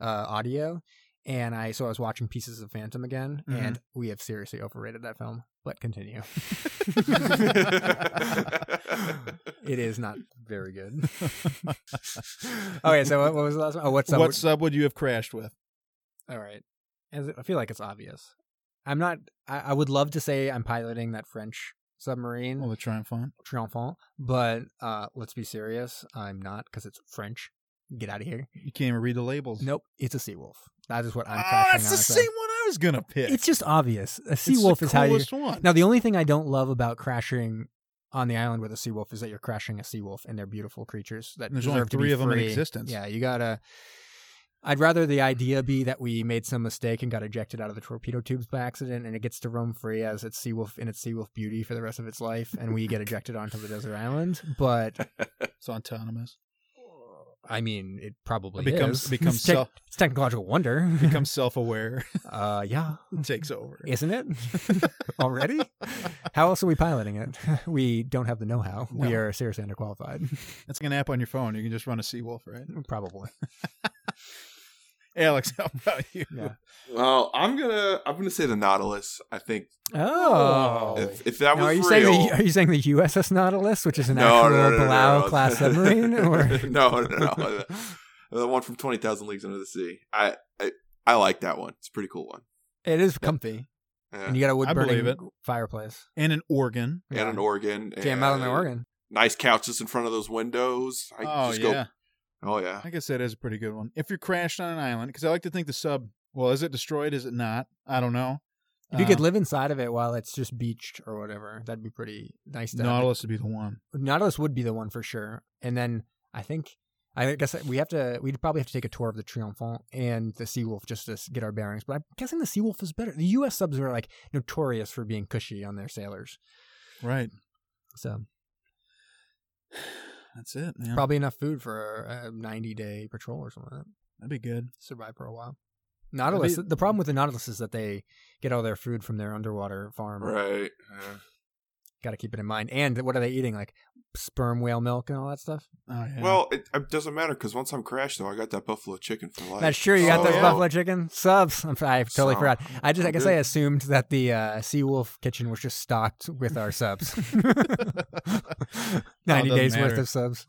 B: uh, audio, and I so I was watching pieces of Phantom again,
A: Mhm.
B: and we have seriously overrated that film. But continue. it is not very good. okay, so what, what was the last one? Oh, what's
A: *laughs*
B: up?
A: what sub would you have crashed with?
B: All right. As I feel like it's obvious. I'm not. I, I would love to say I'm piloting that French submarine.
A: Well, the Triumphant.
B: triumphant, but uh, let's be serious. I'm not because it's French. Get out of here.
A: You can't even read the labels.
B: Nope, it's a seawolf. That is what I'm.
A: Oh,
B: crashing
A: that's
B: on
A: the
B: as
A: same
B: well.
A: one I was gonna pick.
B: It's just obvious. A
A: It's
B: seawolf
A: the
B: is how you.
A: coolest one.
B: Now the only thing I don't love about crashing on the island with a seawolf is that you're crashing a seawolf, and they're beautiful creatures that
A: And there's
B: deserve
A: only
B: to be
A: three of them in
B: free.
A: existence.
B: Yeah, you gotta. I'd rather the idea be that we made some mistake and got ejected out of the torpedo tubes by accident, and it gets to roam free as its seawolf in its seawolf beauty for the rest of its life, and we get ejected onto the desert island. But
A: *laughs* It's autonomous.
B: I mean, it probably
A: It becomes-
B: is. *laughs*
A: it becomes
B: it's, tech-
A: self-
B: it's technological wonder.
A: Becomes self-aware. *laughs*
B: uh, yeah,
A: takes over.
B: isn't it *laughs* already? How else are we piloting it? *laughs* we don't have the know-how. We
A: No.
B: are seriously underqualified, *laughs*
A: That's like an app on your phone. You can just run a Seawolf, right?
B: probably.
A: Alex, how about you?
B: Yeah.
C: Well, I'm gonna I'm gonna say the Nautilus. I think
B: Oh,
C: if, if that
B: Now,
C: was
B: are you
C: real,
B: saying the, *laughs* are you saying the USS Nautilus, which is an
C: *laughs* no,
B: actual
C: no, no, no,
B: Palau
C: no, no.
B: class
C: *laughs*
B: submarine, or *laughs*
C: no, no, no, no. *laughs* the one from Twenty Thousand Leagues Under the Sea. I, I I like that one. It's a pretty cool one.
B: it is comfy,
C: Yeah.
B: and you got a wood
A: believe
B: burning
A: it.
B: fireplace.
A: And an organ.
C: and an organ.
B: Jam
C: and
B: out in Oregon.
C: Nice couches in front of those windows. I
A: oh
C: just
A: yeah,
C: Go, oh yeah.
A: I guess that is a pretty good one. If you're crashed on an island, because I like to think the sub. Well, is it destroyed? Is it not? I don't know.
B: If you could
A: Um,
B: live inside of it while it's just beached or whatever, that'd be pretty nice. To have it
A: Nautilus would be the one.
B: Nautilus would be the one for sure. And then I think I guess that we have to we'd probably have to take a tour of the Triomphant and the Seawolf just to s- get our bearings. But I'm guessing the Seawolf is better. The U.S. subs are like notorious for being cushy on their sailors,
A: Right.
B: so
A: That's it, man.
B: probably enough food for a 90 day patrol or something. Like that.
A: That'd be good.
B: Survive for a while. Nautilus.
A: That'd
B: the problem with the Nautilus is that they get all their food from their underwater farm.
C: Right. Yeah.
B: Got to keep it in mind. And what are they eating? Like sperm whale milk and all that stuff.
A: Oh yeah.
C: Well, it, it doesn't matter because once I'm crashed, though, I got that buffalo chicken for life.
B: That's sure you got
C: So-
B: those buffalo chicken subs. *laughs* I'm, I totally
C: So,
B: forgot. I just, I
C: I'm
B: guess
C: good.
B: I assumed that the uh, Seawolf kitchen was just stocked with
A: *laughs*
B: our subs. Ninety
A: doesn't
B: days worth
A: matter.
B: of subs.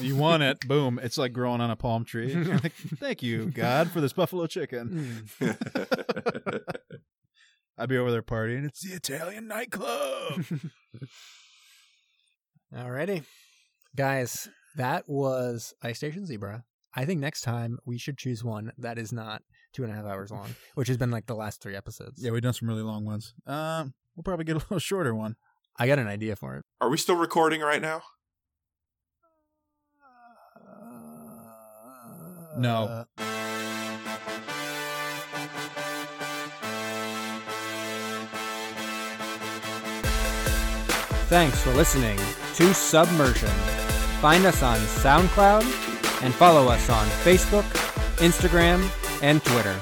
A: you want it, boom. It's like growing on a palm tree. *laughs* Like, Thank you, God, for this buffalo chicken. I'd be over there partying. It's the Italian nightclub.
B: Hmm. Alrighty, guys, that was Ice Station Zebra. I think next time we should choose one that is not two and a half hours long, which has been like the last three
A: *laughs*
B: episodes.
A: yeah, we've done some really long ones. Um, we'll probably get a little *laughs* shorter one.
B: I got an idea for it.
C: *laughs* Are we still recording right now?
A: No.
H: Thanks for listening to Submersion. Find us on SoundCloud and follow us on Facebook, Instagram, and Twitter.